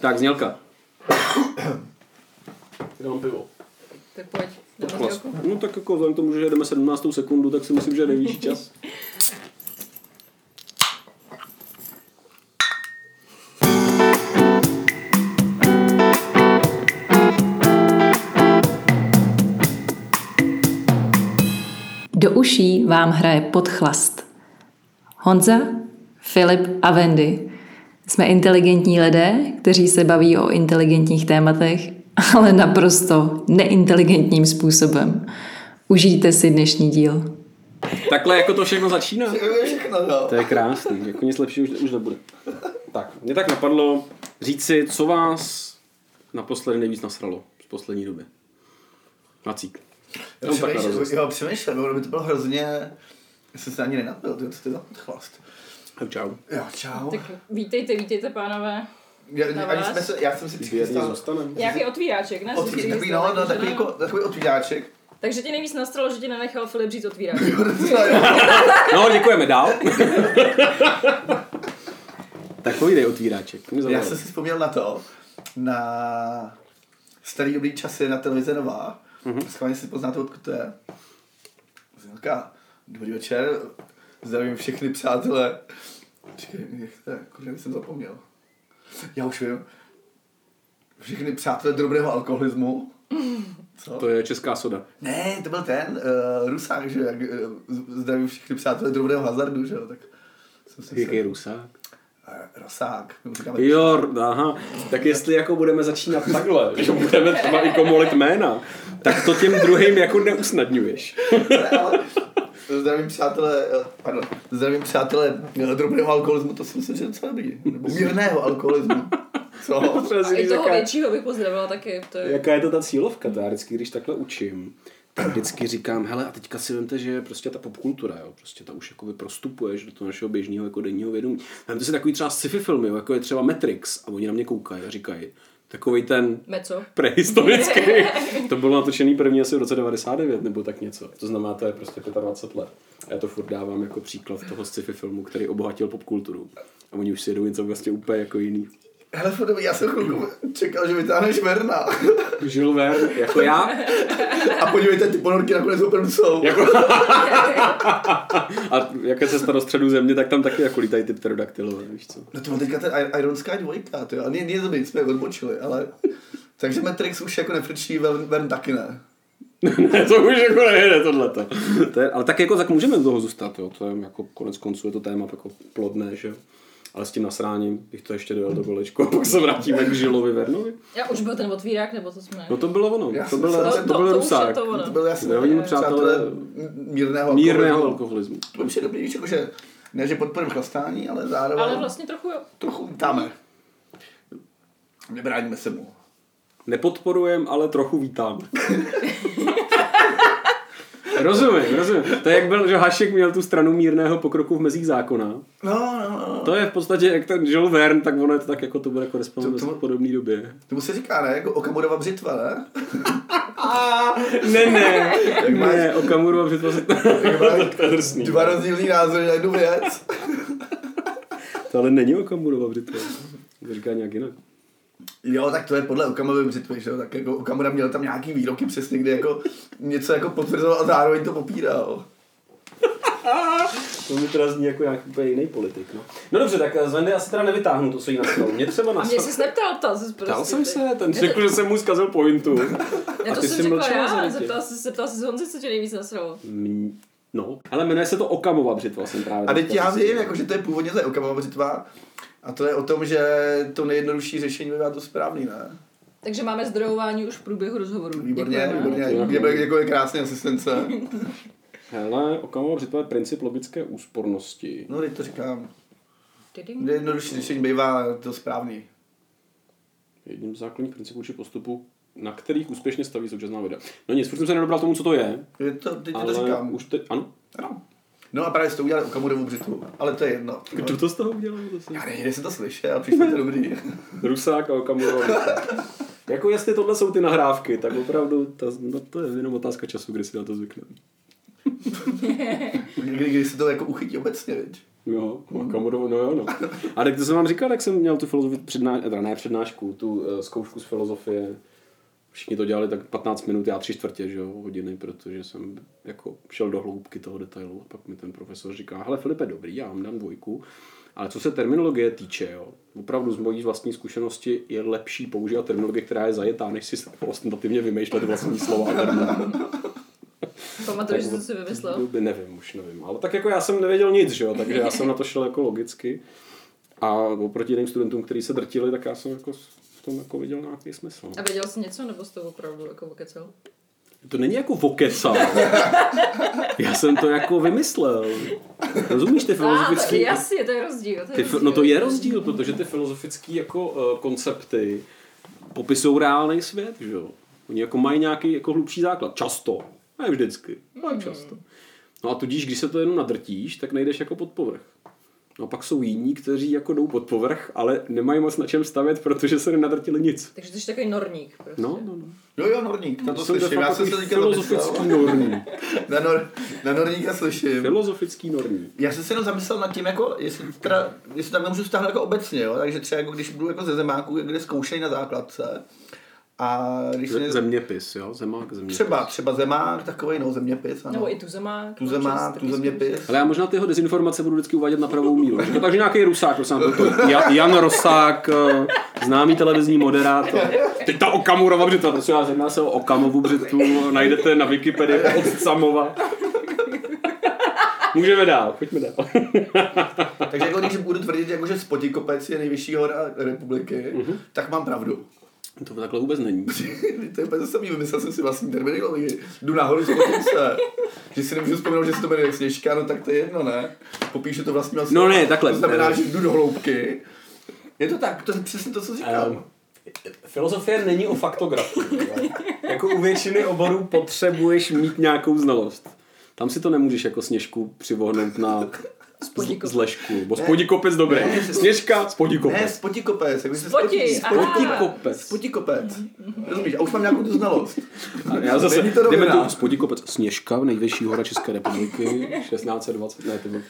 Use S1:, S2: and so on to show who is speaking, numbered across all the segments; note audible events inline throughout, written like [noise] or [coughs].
S1: Tak,
S2: [coughs]
S1: znělka.
S2: Kde mám pivo?
S3: Tak pojď. do
S1: Klas.
S3: rozdělku.
S1: No tak jako vzhledem k tomu, že jedeme 17. sekundu, tak si myslím, že je nejvyšší čas.
S4: Do uší vám hraje podchlast. Honza, Filip a Wendy. Jsme inteligentní lidé, kteří se baví o inteligentních tématech, [laughs] ale naprosto neinteligentním způsobem. Užijte si dnešní díl.
S1: Takhle jako to všechno začíná.
S2: Všechno, no.
S1: To je krásný, jako nic lepšího už, už nebude. Tak, mě tak napadlo říct si, co vás naposledy nejvíc nasralo z poslední doby. Macík. Jenom tak na rozjezd.
S2: Jo, přemýšlím, ono by to bylo hrozně... Já jsem se ani nenapil, ty, co ty tam chlast.
S1: Tak Čau.
S2: Jo, čau.
S3: Tak vítejte, vítejte, pánové.
S2: Já,
S3: na
S2: ani
S3: vás.
S2: jsme se, já jsem si přichystal...
S3: Nějaký otvíráček, ne? Jsem si
S2: Otví, takový,
S3: jistá,
S2: no, no,
S3: že
S2: takový,
S3: ne?
S2: jako, takový
S3: [laughs]
S2: otvíráček.
S3: Takže ti nejvíc nastralo, že ti nenechal Filip říct otvíráček.
S2: Prostě-
S1: No, děkujeme, dál. [laughs] Takový dej otvíráček. Mě
S2: Já
S1: zaujalo.
S2: jsem si vzpomněl na to, na starý dobrý časy na televize Nová. Mm-hmm. Schválně si poznáte, odkud to je. Znělka, dobrý večer, zdravím všechny přátelé. Čekaj, jak to je, kurva, jak jsem zapomněl. Já už vím. Všechny přátelé drobného alkoholismu. Co?
S1: To je česká soda.
S2: Ne, to byl ten, uh, Rusák, že jak, uh, zdravím všechny přátelé drobného hazardu, že jo, tak jsem si
S1: Jaký rusák?
S2: Eh, Rosák, my mu říkáme
S1: Jo, aha. Tak jestli jako budeme začínat takhle, že budeme třeba i komolit jména, tak to těm druhým jako neusnadňuješ.
S2: Ne, ale zdravím přátelé, eh, pardon, zdravím přátelé eh, drobného alkoholismu, to si myslím, že je docela dobrý. Nebo mírného alkoholismu. Co?
S1: Potřeba si
S3: A i
S1: říct,
S3: toho
S1: jaká-
S3: většího bych pozdravila taky. To je...
S1: Jaká je to ta cílovka? To já vždycky, když takhle učím, tak vždycky říkám, hele, a teďka si vemte, že prostě ta popkultura, jo, prostě ta už jakoby prostupuje že do toho našeho běžného jako denního vědomí. Vemte si takový třeba sci-fi filmy, jo, jako je třeba Matrix, a oni na mě koukají a říkají, takový ten
S3: Meco.
S1: prehistorický. to bylo natočený první asi v roce 99 nebo tak něco. To znamená, to je prostě 25 let. A já to furt dávám jako příklad toho sci-fi filmu, který obohatil popkulturu. A oni už si jedou něco vlastně úplně jako jiný.
S2: Hele, Fodovi, já jsem chvilku čekal, že vytáhneš Verna.
S1: Žil Verne, jako já,
S2: A podívejte, ty ponorky nakonec opravdu jsou.
S1: Jako... a jak je cesta do středu země, tak tam taky jako lítají ty pterodaktylové, víš co? [laughs]
S2: No to byl teďka ten Ir- Iron Sky 2, to jo. A není to jsme odbočili, ale... Takže Matrix už jako nefrčí, Vern, Vern taky ne.
S1: ne, to už jako nejde tohleto. To je, ale tak jako tak můžeme u toho zůstat, jo. To je jako konec konců je to téma jako plodné, že jo. Ale s tím nasráním bych to ještě dojel do kolečku a pak se vrátíme k Žilovi Vernovi.
S3: Já už byl ten otvírák, nebo co jsme?
S1: No to bylo ono,
S2: Já
S1: to
S2: jsem
S1: byl,
S2: se-
S1: to, byl
S2: to-
S3: to už je
S1: Rusák.
S3: to ono.
S2: To byl jasný.
S1: Já vidím, přátelé,
S2: mírného alkoholismu.
S1: Mírného alkoholismu.
S2: To už je dobrý, víš, jakože... Ne, že podporujeme chlastání, ale zároveň...
S3: Ale vlastně trochu jo.
S2: trochu vítáme. Nebráníme se mu.
S1: Nepodporujem, ale trochu
S2: [laughs]
S1: vítám. rozumím, rozumím. To je jak byl, že Hašek měl tu stranu mírného pokroku v mezích zákona.
S2: No, no, no.
S1: To je v podstatě jak ten Jules Verne, tak ono je to tak jako to bude korespondovat
S2: To- to-
S1: v podobné době.
S2: Tomu se říká, ne? Jako Okamurova břitva, ne?
S1: Ne, [laughs] ne,
S2: Jak
S1: ne,
S2: máš-
S1: Okamuru a přitvořit. [laughs] to je drsný.
S2: Dva rozdílný názory na jednu věc.
S1: To ale není Okamurova břitva. To říká nějak jinak.
S2: Jo, tak to je podle Okamurovy břitvy, že jo? Tak jako Okamura měl tam nějaký výroky přesně, kde jako něco jako potvrzoval a zároveň to popíral.
S1: To mi teda zní jako nějaký úplně jiný politik. No, no dobře, tak z Vendy asi teda nevytáhnu to, co jí nastalo. Mě třeba
S3: A mě jsi neptal, ptal jsi prostě.
S1: Ptal jsem
S3: ty.
S1: se, ten řekl, že jsem mu zkazil
S3: [laughs]
S1: pointu.
S3: Ne,
S1: a
S3: to
S1: ty jsi
S3: jsem řekla
S1: mlčela za
S3: já,
S1: děti.
S3: zeptal jsi se, ptal jsi se Honzi, co tě nejvíc nasralo.
S1: Mm, No, ale jmenuje se to Okamova břitva, jsem právě.
S2: A teď
S1: teďka
S2: já
S1: zjistil.
S2: vím, jako, že to je původně ta Okamurova břitva. A to je o tom, že to nejjednodušší řešení by bylo to správný, ne?
S3: Takže máme zdrojování už v průběhu rozhovoru.
S2: Výborně,
S3: Děkujeme.
S2: výborně. Děkuji, děkuji krásné asistence.
S1: Hele, Okamova břitva je princip logické úspornosti.
S2: No, teď to říkám.
S3: Tiding.
S2: Nejjednodušší řešení bývá to správný.
S1: Jedním z základních principů či postupů, na kterých úspěšně staví současná věda. No nic, furt jsem se nedobral tomu, co to je,
S2: Je to, teď
S1: ale
S2: to říkám.
S1: už teď, ano.
S2: Ano. No a právě jste udělali Okamurovu břitvu, ale to je jedno.
S1: Kdo to z toho udělal? To jsem...
S2: Já nevím, jestli to slyšel, přišlo to dobrý.
S1: Rusák a Okamura. jako jestli tohle jsou ty nahrávky, tak opravdu ta, no, to je jenom otázka času, kdy si na to zvykneme.
S2: Kdy, kdy se to jako uchytí obecně, viď?
S1: Jo, Makamorovou, no jo, no. A tak to jsem vám říkal, jak jsem měl tu filozofi předná, teda ne přednášku, tu eh, zkoušku z filozofie. Všichni to dělali tak 15 minut, já tři čtvrtě, že jo, hodiny, protože jsem jako šel do hloubky toho detailu. A pak mi ten profesor říká, hele Filipe, dobrý, já vám dám dvojku. Ale co se terminologie týče, jo, opravdu z mojí vlastní zkušenosti je lepší používat terminologie, která je zajetá, než si [laughs] ostentativně vymýšlet vlastní slova. a termíny.
S3: Pamatuješ, co jsi vymyslel?
S1: Doby, nevím, už nevím. Ale tak jako já jsem nevěděl nic, že jo, takže já jsem na to šel jako logicky. A oproti jiným studentům, kteří se drtili, tak já jsem jako v tom jako viděl nějaký smysl.
S3: A věděl jsi něco, nebo jsi to opravdu jako okecel?
S1: To není jako
S3: [laughs]
S1: vokecal. Já jsem to jako vymyslel. Rozumíš ty
S3: Ah,
S1: filozofický...
S3: jasně, to je rozdíl. To je
S1: Ty, fi-
S3: rozdíl.
S1: no to je rozdíl, protože ty filozofické jako uh, koncepty popisují reálný svět, že jo. Oni jako mají nějaký jako hlubší základ. Často. Ne vždycky, ale často. No a tudíž, když se to jenom nadrtíš, tak nejdeš jako pod povrch. No a pak jsou jiní, kteří jako jdou pod povrch, ale nemají moc na čem stavět, protože se nenadrtili nic.
S3: Takže ty jsi takový norník prostě.
S1: No, no, no.
S2: Jo, jo, Norník, na to
S1: Jsou de
S2: slyším, já
S1: facto
S2: jsem se
S1: takový
S2: teďka zamyslel.
S1: filozofický norní.
S2: Na, nor, na Norníka slyším.
S1: Filozofický norní.
S2: Já jsem se jenom zamyslel nad tím, jako, jestli, teda, jestli tam nemůžu vztahovat jako obecně, jo? takže třeba jako, když budu jako ze zemáku, kde zkoušej na základce, a když mě,
S1: Zeměpis, jo? Zemák, zeměpis.
S2: třeba, třeba zemák, takový no, zeměpis, ano.
S3: Nebo i tu zemák.
S2: tu zemák, tu zeměpis.
S1: Ale já možná tyho dezinformace budu vždycky uvádět na pravou míru. Říkám, takže nějaký Rusák, prosím, byl to Ja- Jan Rosák, eh, známý televizní moderátor. Teď ta Okamurova břitva, prosím vás, jedná se o Okamovu břitvu, najdete na Wikipedii od Samova. Můžeme dál, pojďme dál.
S2: Takže jako, když budu tvrdit, jako, že Spotikopec je nejvyšší hora republiky,
S1: Mhm.
S2: tak mám pravdu. [laughs]
S1: To takhle vůbec není.
S2: to je úplně samý, vymyslel jsem si vlastní terminologii. Jdu nahoru, spotím se. Když si nemůžu vzpomenout, že se to jmenuje Sněžka, no tak to je jedno, ne? Popíšu to vlastní vlastní.
S1: No ne, takhle.
S2: To znamená, že jdu do hloubky. Je to tak, to je přesně to, co říkám.
S1: Um, filozofie není o
S3: [laughs]
S1: faktografii. jo. jako u většiny oborů potřebuješ mít nějakou znalost. Tam si to nemůžeš jako sněžku přivohnout na
S3: Spodíkopec.
S1: z- zlešku. Bo spodikopec dobrý. Sněžka,
S2: Ne,
S1: spodikopec.
S2: spotikopec. Jako se
S3: Spoti, aha. Mhm,
S1: Spodikopec.
S2: Spotikopec. Rozumíš, a už mám nějakou tu znalost.
S1: A Já zase,
S2: Není to
S1: jdeme
S2: dobrá.
S1: tu spodikopec. Sněžka, nejvyšší hora České republiky, 1620, ne, to bylo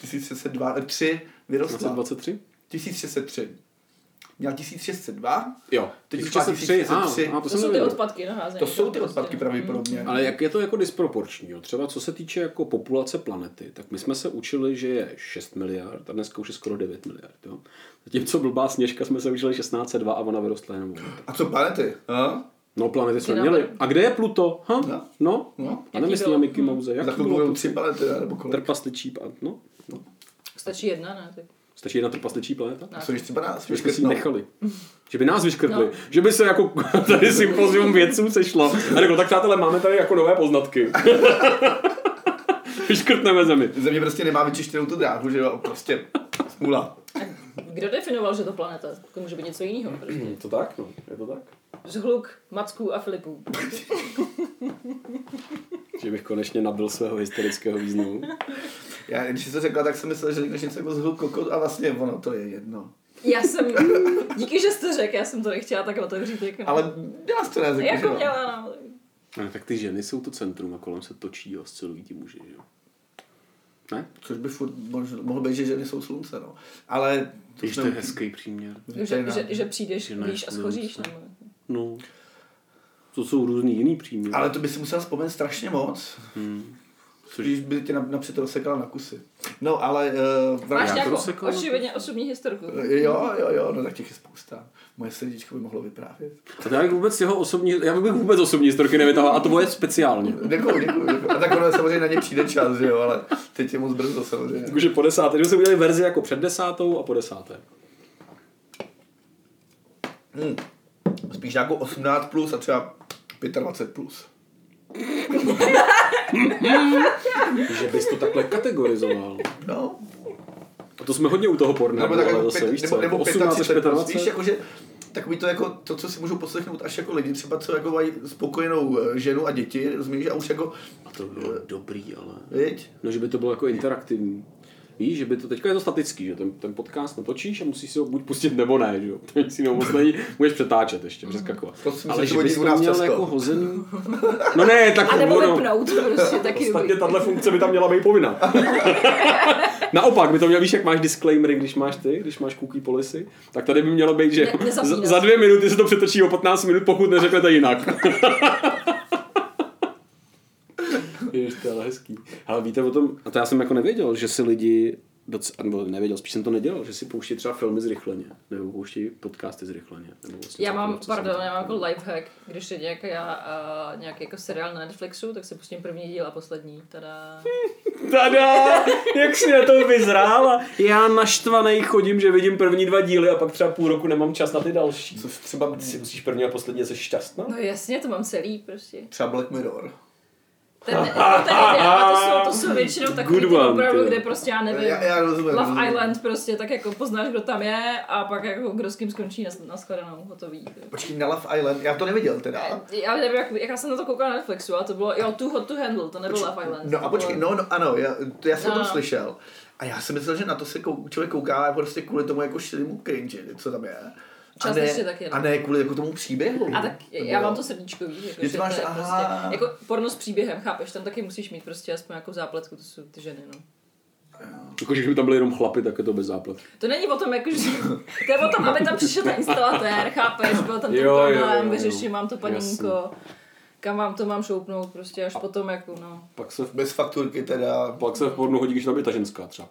S2: 1602, eh, tři
S1: No,
S2: vyrostla.
S1: 1623?
S2: 1603. Měl 1602.
S1: Jo,
S2: Teď už
S1: 1603, a, a, to,
S3: To
S1: jsem
S3: jsou ty
S1: nevěděl.
S3: odpadky no, naházené.
S2: To jsou ty
S1: prostě.
S3: prostě.
S2: odpadky pravděpodobně.
S1: Ale jak je to jako disproporční? Jo? Třeba co se týče jako populace planety, tak my jsme se učili, že je 6 miliard a dneska už je skoro 9 miliard. Jo? Zatímco blbá sněžka jsme se učili 16,2 a ona vyrostla jenom. o metr.
S2: A co planety? A?
S1: No planety jsme
S3: Ty
S1: měli.
S3: dáme.
S1: A kde je Pluto? Ha?
S2: No.
S1: No?
S2: No.
S1: A nemyslí na
S3: bylo?
S1: Mickey Mouse.
S2: Za
S1: Jak to
S2: chvilku
S1: bylo?
S2: budou tři planety, ne? nebo kolik?
S1: Trpasličí planeta. No?
S3: Stačí jedna, ne? Tak.
S1: Stačí jedna trpasličí planeta?
S2: A co když třeba nás no.
S1: Že bychom si no. ji
S2: vyškrtnou?
S1: nechali. Že by nás vyškrtli.
S3: No.
S1: Že by se jako [laughs] tady sympozium vědců sešlo. A řekl, "No tak přátelé, máme tady jako nové poznatky. [laughs] Vyškrtneme zemi.
S2: Země prostě nemá vyčištěnou tu dráhu, že jo, prostě smůla.
S3: Kdo definoval, že to planeta? To může být něco jiného. Prostě.
S1: Je to tak, no. Je to tak.
S3: Žhluk, Macků a Filipů.
S1: Že bych konečně nabil svého historického [laughs] významu.
S2: Já, když jsi to řekla, tak jsem myslel, že řekneš něco jako zhluk kokot a vlastně ono to je jedno.
S3: Já jsem, díky, že jste řekl, já jsem to nechtěla tak otevřít. Jako,
S2: Ale já jsi to neřekl,
S3: jako
S2: že jo.
S3: měla, no.
S1: No, tak ty ženy jsou to centrum a kolem se točí a oscilují ti muži, že jo? Ne?
S2: Což by furt mož- mohlo být, že ženy jsou slunce, no. Ale...
S1: Když to je hezký příměr.
S3: Že, že, že přijdeš,
S1: Že ne,
S3: víš a schoříš.
S1: nevím, co.
S3: Nebo...
S1: No. To jsou různý jiný příměry.
S2: Ale to by si musel vzpomenout strašně moc,
S1: Což...
S2: když by tě nap- napřed rozsekala na kusy. No, ale... Uh,
S3: Máš
S1: Já to jako-
S3: nějakou
S1: rozsekal.
S3: očividně osobní historku.
S2: Jo, jo, jo, no tak těch je spousta. Moje srdíčko by mohlo vyprávět.
S1: A to já bych vůbec jeho osobní, já bych vůbec osobní historky nevytahoval a to je speciálně.
S2: Děkuju, děkuju, děkuju. A tak ono samozřejmě na ně přijde čas, že jo, ale teď je moc brzo samozřejmě.
S1: Takže po desáté, že jsme udělali verzi jako před desátou a po desáté.
S2: Hmm. Spíš jako 18 plus a třeba 25 plus.
S1: Že bys to takhle kategorizoval.
S2: No,
S1: A to jsme hodně u toho porna,
S2: nebo tak
S1: ale
S2: jako
S1: zase,
S2: pět,
S1: víš
S2: nebo,
S1: co,
S2: nebo
S1: 18 až
S2: 35 plus,
S1: 25.
S2: víš, jakože takový to jako to, co si můžou poslechnout až jako lidi, třeba co jako mají spokojenou eh, ženu a děti, rozumíš, a už jako,
S1: A to bylo dobrý, ale...
S2: viď?
S1: No, že by to bylo jako interaktivní. Víš, že by to teďka je to statický, že ten, ten podcast natočíš a musíš si ho buď pustit nebo ne, že jo. [laughs] Teď si nebo není, můžeš přetáčet ještě, přeskakovat.
S2: To si myslím,
S1: Ale
S2: že
S1: že
S2: to
S1: bys
S2: vidí u
S1: to
S2: nás
S1: měl
S2: často.
S1: jako hozený. No ne, tak
S3: A nebo
S1: ono-
S3: vypnout
S1: [laughs]
S3: prostě, taky dobrý.
S1: Ostatně tahle funkce by tam měla být
S3: [laughs]
S1: povinná. Naopak, by to měl, víš, jak máš disclaimery, když máš ty, když máš cookie policy, tak tady by mělo být, že
S3: Ne- nezapínat.
S1: za, za dvě minuty se to přetočí o 15 minut, pokud neřeknete [laughs] jinak. Ještě, to je ale hezký. Ale víte o tom, a to já jsem jako nevěděl, že si lidi, doc, nebo nevěděl, spíš jsem to nedělal, že si pouští třeba filmy zrychleně, nebo pouští podcasty zrychleně. Nebo vlastně
S3: Já mám,
S1: cokoliv, co se
S3: pardon,
S1: mi-
S3: já mám jako lifehack. Když je nějaký, a, nějaký jako seriál na Netflixu, tak si pustím první díl a poslední. Tada.
S1: Tada, jak si na to vyzrála. Já naštvanej chodím, že vidím první dva díly a pak třeba půl roku nemám čas na ty další.
S2: Což třeba,
S1: Ty si musíš první a poslední, jsi šťastná?
S3: No jasně, to mám celý prostě.
S2: třeba Black Mirror.
S3: Ten, jako ten ideál, to jsou, to jsou většinou takový
S1: Good
S3: ty
S1: one,
S3: opravdu,
S1: ty.
S3: kde prostě já nevím.
S2: Já, já rozumím. rozumím.
S3: Love Island prostě, tak jako poznáš, kdo tam je a pak jako kdo s kým skončí na, na shledanou, hotový.
S2: Počkej, na Love Island, já to neviděl teda.
S3: Já nevím, jak, jak já jsem na to koukala na Netflixu, ale to bylo, jo, Too Hot to Handle, to nebyl Love Island.
S2: No a
S3: to
S2: počkej,
S3: bylo-
S2: no, no ano, já, to já jsem
S3: No,
S2: to
S3: no.
S2: slyšel. A já jsem myslel, že na to se kou, člověk kouká prostě kvůli tomu jako šilimu cringe, co tam je. A ne,
S3: Částečně taky, no.
S2: a ne kvůli jako tomu příběhu.
S3: A tak já mám to srdíčkový, jako,
S2: Že ty
S3: že, to
S2: máš-
S3: je
S2: aha.
S3: prostě, jako porno s příběhem, chápeš, tam taky musíš mít prostě aspoň nějakou zápletku, to jsou ty ženy, no.
S1: Jako, že by tam byly jenom chlapy, tak je to bez záplat.
S3: To není o tom, jako, že... To je o tom, aby tam přišel ten instalatér, chápeš, byl tam ten
S1: Jo, jo, jo,
S3: problém,
S1: jo.
S3: vyřeším, mám to paninko, kam vám to mám šoupnout, prostě až potom, jako, no.
S1: Pak se, v-
S2: Bez fakturky teda.
S1: pak se v pornu hodí, když tam je ta ženská třeba.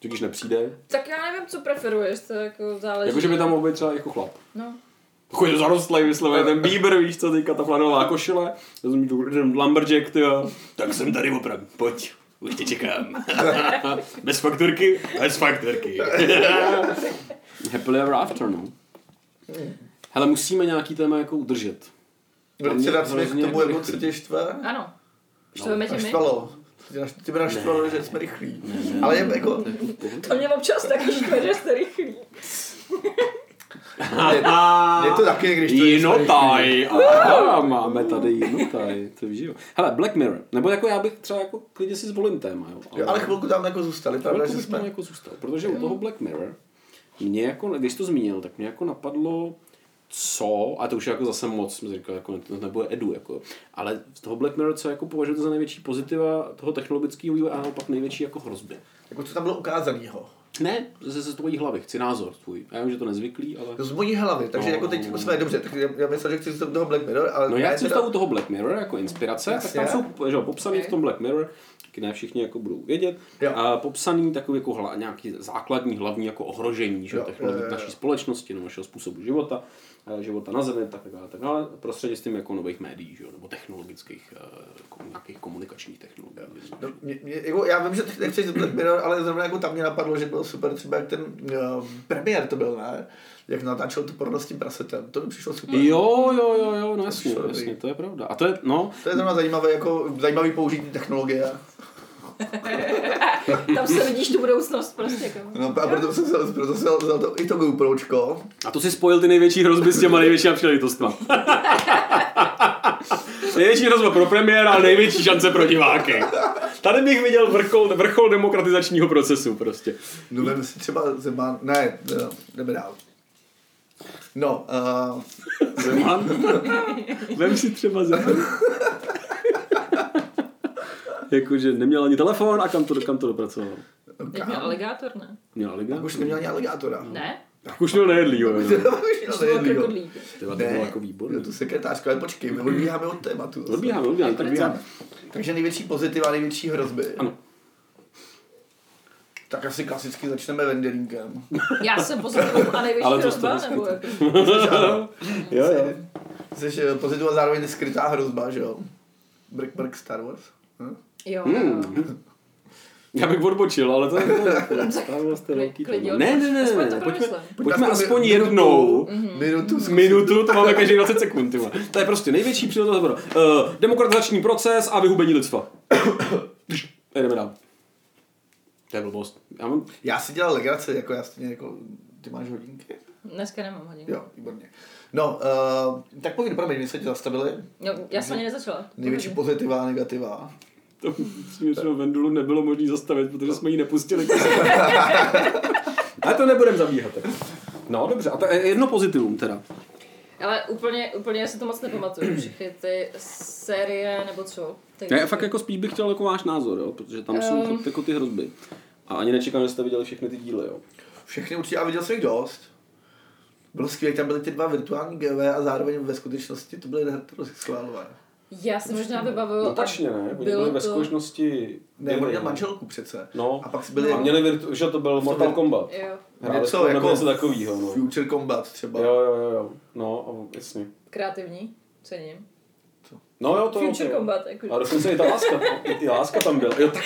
S1: Že když nepřijde,
S3: Tak já nevím, co preferuješ, to jako záleží.
S1: jakože by tam mohl být třeba jako chlap.
S3: No.
S1: Chodil Jako zarostlej, vysloveně ten Bieber, víš co, teďka ta flanová košile. Já jsem tu ten lumberjack, ty jo. Tak jsem tady opravdu, pojď. Už tě [laughs] čekám. bez fakturky? Bez fakturky. [laughs] Happily ever after, no. Hele, musíme nějaký téma jako [laughs] udržet.
S2: Vrcedat jsme k
S1: hrozně
S2: tomu,
S1: jako
S2: jako co
S1: rychlý.
S2: tě štve.
S3: Ano.
S1: No,
S3: Štveme tě my?
S2: Naštvalo. Tě naš- Tě by naštvalo, že jsme rychlí. Ale je jako...
S3: To mě občas taky škole, že jste rychlí.
S2: Je, je to taky, když to
S1: no Jinotaj. Aha, máme tady jinotaj. To víš, jo. Hele, Black Mirror. Nebo jako já bych třeba jako klidně si zvolím téma, jo.
S2: Jo, ale chvilku tam jako zůstali, pravda,
S1: Velkou
S2: že
S1: bych
S2: jsme...
S1: tam jako zůstal, protože u toho Black Mirror mě jako, když jsi to zmínil, tak mě jako napadlo co, a to už je jako zase moc, jsem si říkal, jako to nebude edu, jako, ale z toho Black Mirror, co jako považujete za největší pozitiva toho technologického vývoje a naopak největší jako hrozby.
S2: Jako co tam bylo ukázanýho.
S1: Ne, ze, ze tvojí hlavy, chci názor tvůj. Já vím, že to nezvyklý, ale...
S2: Z mojí hlavy, takže
S1: No,
S2: jako
S1: no,
S2: teď
S1: no.
S2: jsme dobře, tak já, já myslel, že chci z toho Black Mirror, ale...
S1: No
S2: ne,
S1: já chci
S2: teda-
S1: zůstat u toho Black Mirror jako inspirace,
S2: Jasně.
S1: tak tam jsou že, jo, popsaný
S3: Ok.
S1: v tom Black Mirror, taky ne všichni jako budou vědět,
S2: Jo.
S1: a popsaný takový jako hla, nějaký základní, hlavní jako ohrožení že,
S2: Jo,
S1: jo,
S2: jo,
S1: technologií
S2: jo, jo.
S1: naší společnosti, nebo našeho způsobu života, eh, života na zemi, tak dále, tak dále, prostřednictvím jako nových médií, že, jo, nebo technologických, eh, jako nějakých komunikačních technologií.
S2: No, mě, mě, jako, já vím, že teď nechceš Black Mirror, ale zrovna jako tam mě napadlo, že byl super třeba jak ten uh, premiér to byl, ne? Jak natáčel to porno s tím prasetem. To mi přišlo super.
S1: Jo, jo, jo, jo, no jasně,
S2: přišlo dobrý.
S1: jasně, to je pravda. A to je, no,
S2: To je zrovna zajímavé, jako zajímavý použití technologie.
S3: Tam se vidíš tu budoucnost prostě, jako.
S2: No a proto jsem vzal, proto jsem vzal to, i to GoPročko.
S1: A to si spojil ty největší hrozby s těma největšíma příležitostma. [laughs] největší hrozba pro premiéra a největší šance pro diváky. Tady bych viděl vrchol, vrchol demokratizačního procesu prostě.
S2: No vem si třeba Zeman, ne, ne, jdeme dál. No, uh,
S1: Zeman? Vem si třeba Zeman. Jakože neměl ani telefon a kam to, kam to dopracoval?
S3: Teď měl aligátor, ne?
S1: Měl aligátor?
S2: už neměl ani aligátora.
S3: Ne?
S1: Tak už měl nejedlý, jo. jo.
S2: [laughs] Už
S3: To
S2: měl
S3: byl
S2: nejedlýho.
S3: krokodlík.
S1: Tyba, to bylo jako
S2: jo,
S1: výborné.
S2: to sekretářka, ale počkej, my odbíháme od tématu.
S1: Odbíháme, odbíháme, tak
S2: Odbíháme.
S1: odbíháme.
S2: Takže největší pozitiva, největší hrozby.
S1: Ano.
S2: Tak asi klasicky začneme vendelínkem.
S3: Já jsem poznal a největší
S1: Ale to
S3: hrozba,
S1: jste
S3: nebo jako...
S1: [laughs] Jo, jo.
S2: Jsi eh, pozitiva zároveň neskrytá hrozba, že jo? Brk, brk, Star Wars. Hm?
S3: Jo,
S1: Hmm. Já bych odbočil, ale to je [laughs] to. Star Wars to je velký
S3: Klidně
S1: téma. Ne,
S3: odboč.
S1: ne, ne,
S3: Aspoň
S1: ne,
S3: to
S1: ne. Pojďme,
S3: promyslem. Mm.
S1: pojďme
S2: Tak
S1: aspoň
S2: mi-
S1: jednou.
S2: Minutu. Minutu.
S1: Z Minutu, to máme každý 20 sekund, tyma. To je prostě největší příležitost. Uh, demokratizační proces a vyhubení lidstva. [coughs] A Jdeme dál. To je blbost. Já mám...
S2: Já si dělal legraci, jako já stejně jako... Ty máš hodinky?
S3: dneska nemám hodinu.
S2: Jo, výborně. No, uh, tak povídej, promiň, my jsme tě zastavili.
S3: Jo, já No, jsem ani nezačala.
S2: Největší pozitiva a negativa.
S1: Tam přímo Vendulu nebylo možné zastavit, protože jsme ji [laughs] nepustili. Ale to nebudem zabíhat. Tak. No dobře, a to je jedno pozitivum teda.
S3: Ale úplně, úplně si to moc nepamatuju, [clears throat] všechny ty série nebo co. Takže-
S1: Já fakt jako spíš bych chtěl jako váš názor, jo, protože tam jsou
S3: Ehm.
S1: fakt jako ty hrozby. A ani nečekám, že jste viděli všechny ty díly, jo.
S2: Všechny určitě, a viděl jsem jich dost. Bylo skvělé, tam byly ty dva virtuální GV a zároveň ve skutečnosti to byly schválové.
S3: Já si možná vybavuju...
S1: Notačně, No ne? Oni byli ve zkušenosti...
S2: Ne, on měl manželku přece.
S1: No,
S2: A pak byly
S1: a měli virtu, že to byl Mortal Kombat.
S3: Jo,
S1: Hráli
S2: něco
S1: spolu nebo
S2: jako
S1: něco takovýho, no.
S2: Future Combat třeba.
S1: Jo, jo, jo, jo. No, a jasně.
S3: kreativní, cením.
S1: No jo, to
S3: Future
S1: jo.
S3: Combat, jako...
S1: A dokonce i ta láska, i ty láska tam byla. Jo, tak.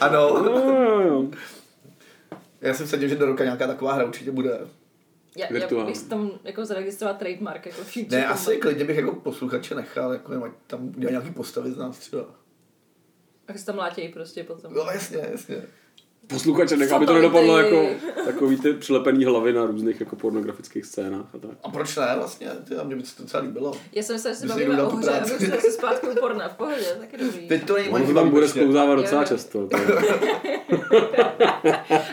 S2: Ano,
S1: jo, jo.
S2: já jsem sadil, že do roka nějaká taková hra určitě bude.
S3: Já, já
S1: virtuální.
S3: bych si tam jako zaregistroval trademark, jako Future
S2: Ne,
S3: Combat.
S2: asi klidně bych jako posluchače nechal, jako nevím, ať tam udělal nějaký postavy z nás třeba.
S3: Jak se tam látějí prostě potom.
S2: No jasně, jasně.
S1: Posluchače, nech, aby to
S3: Fatality.
S1: nedopadlo jako takový ty přilepený hlavy na různých jako pornografických scénách a tak.
S2: A proč ne vlastně? Ty, a mně by se to docela líbilo.
S3: Já jsem myslela, že se
S2: Když někdo
S3: bavíme
S2: dá
S3: o
S2: tu
S3: hře,
S2: práci.
S3: abych šel se zpátky u porna, v pohodě, tak je dobrý.
S2: Teď to není moje
S1: On to
S2: chyba prostě.
S1: tam prostě- bude
S2: vůbec, ne?
S1: sklouzávat docela
S2: [laughs]
S3: Jo, jo.
S1: často. to je-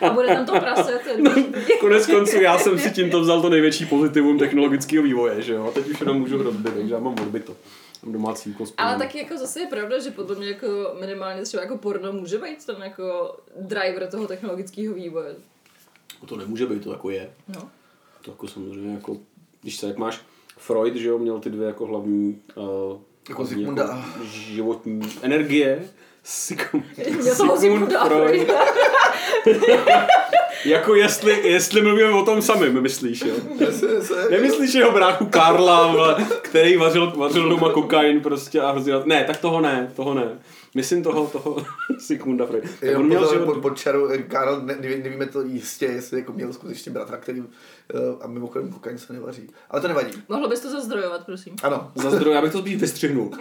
S3: A bude tam to prase, to je
S2: No.
S3: dobrý.
S1: [laughs] Konec konců já jsem si tímto vzal to největší pozitivum technologického vývoje, že jo? A teď už jenom můžu hrozby, takže já mám odbyto. Mám domácí úkol splněný.
S2: No.
S3: Ale taky jako zase je pravda, že podle mě jako minimálně třeba jako porno může být ten jako driver toho technologického vývoje.
S1: To nemůže být, to jako je.
S3: No.
S1: To jako samozřejmě jako, když se, jak máš Freud, že jo, měl ty dvě jako hlavní uh,
S2: Jako
S1: hlavní
S2: Zikmunda.
S1: životní energie. Sigmund,
S3: [laughs] Já toho zimu dá,
S1: Jako jestli, jestli mluvíme o tom samém, myslíš, jo?
S2: Jasně, jasně.
S1: Nemyslíš jeho bráchu Karla, vole, který vařil, vařil doma kokain prostě a hrozil. Ne, tak toho ne, toho ne. Myslím toho, toho [laughs] Sigmunda Freud. Tak
S2: Jo,
S1: on měl, že
S2: pod, pod, pod čarou, eh, Karel, ne, neví- nevíme to jistě, jestli jako měl skutečně bratra, který, eh, a mimochodem kokain se nevaří. Ale to nevadí.
S3: [laughs] Mohlo bys to zazdrojovat, prosím.
S2: Ano.
S1: za zdroj, já bych to spíš vystřihnul.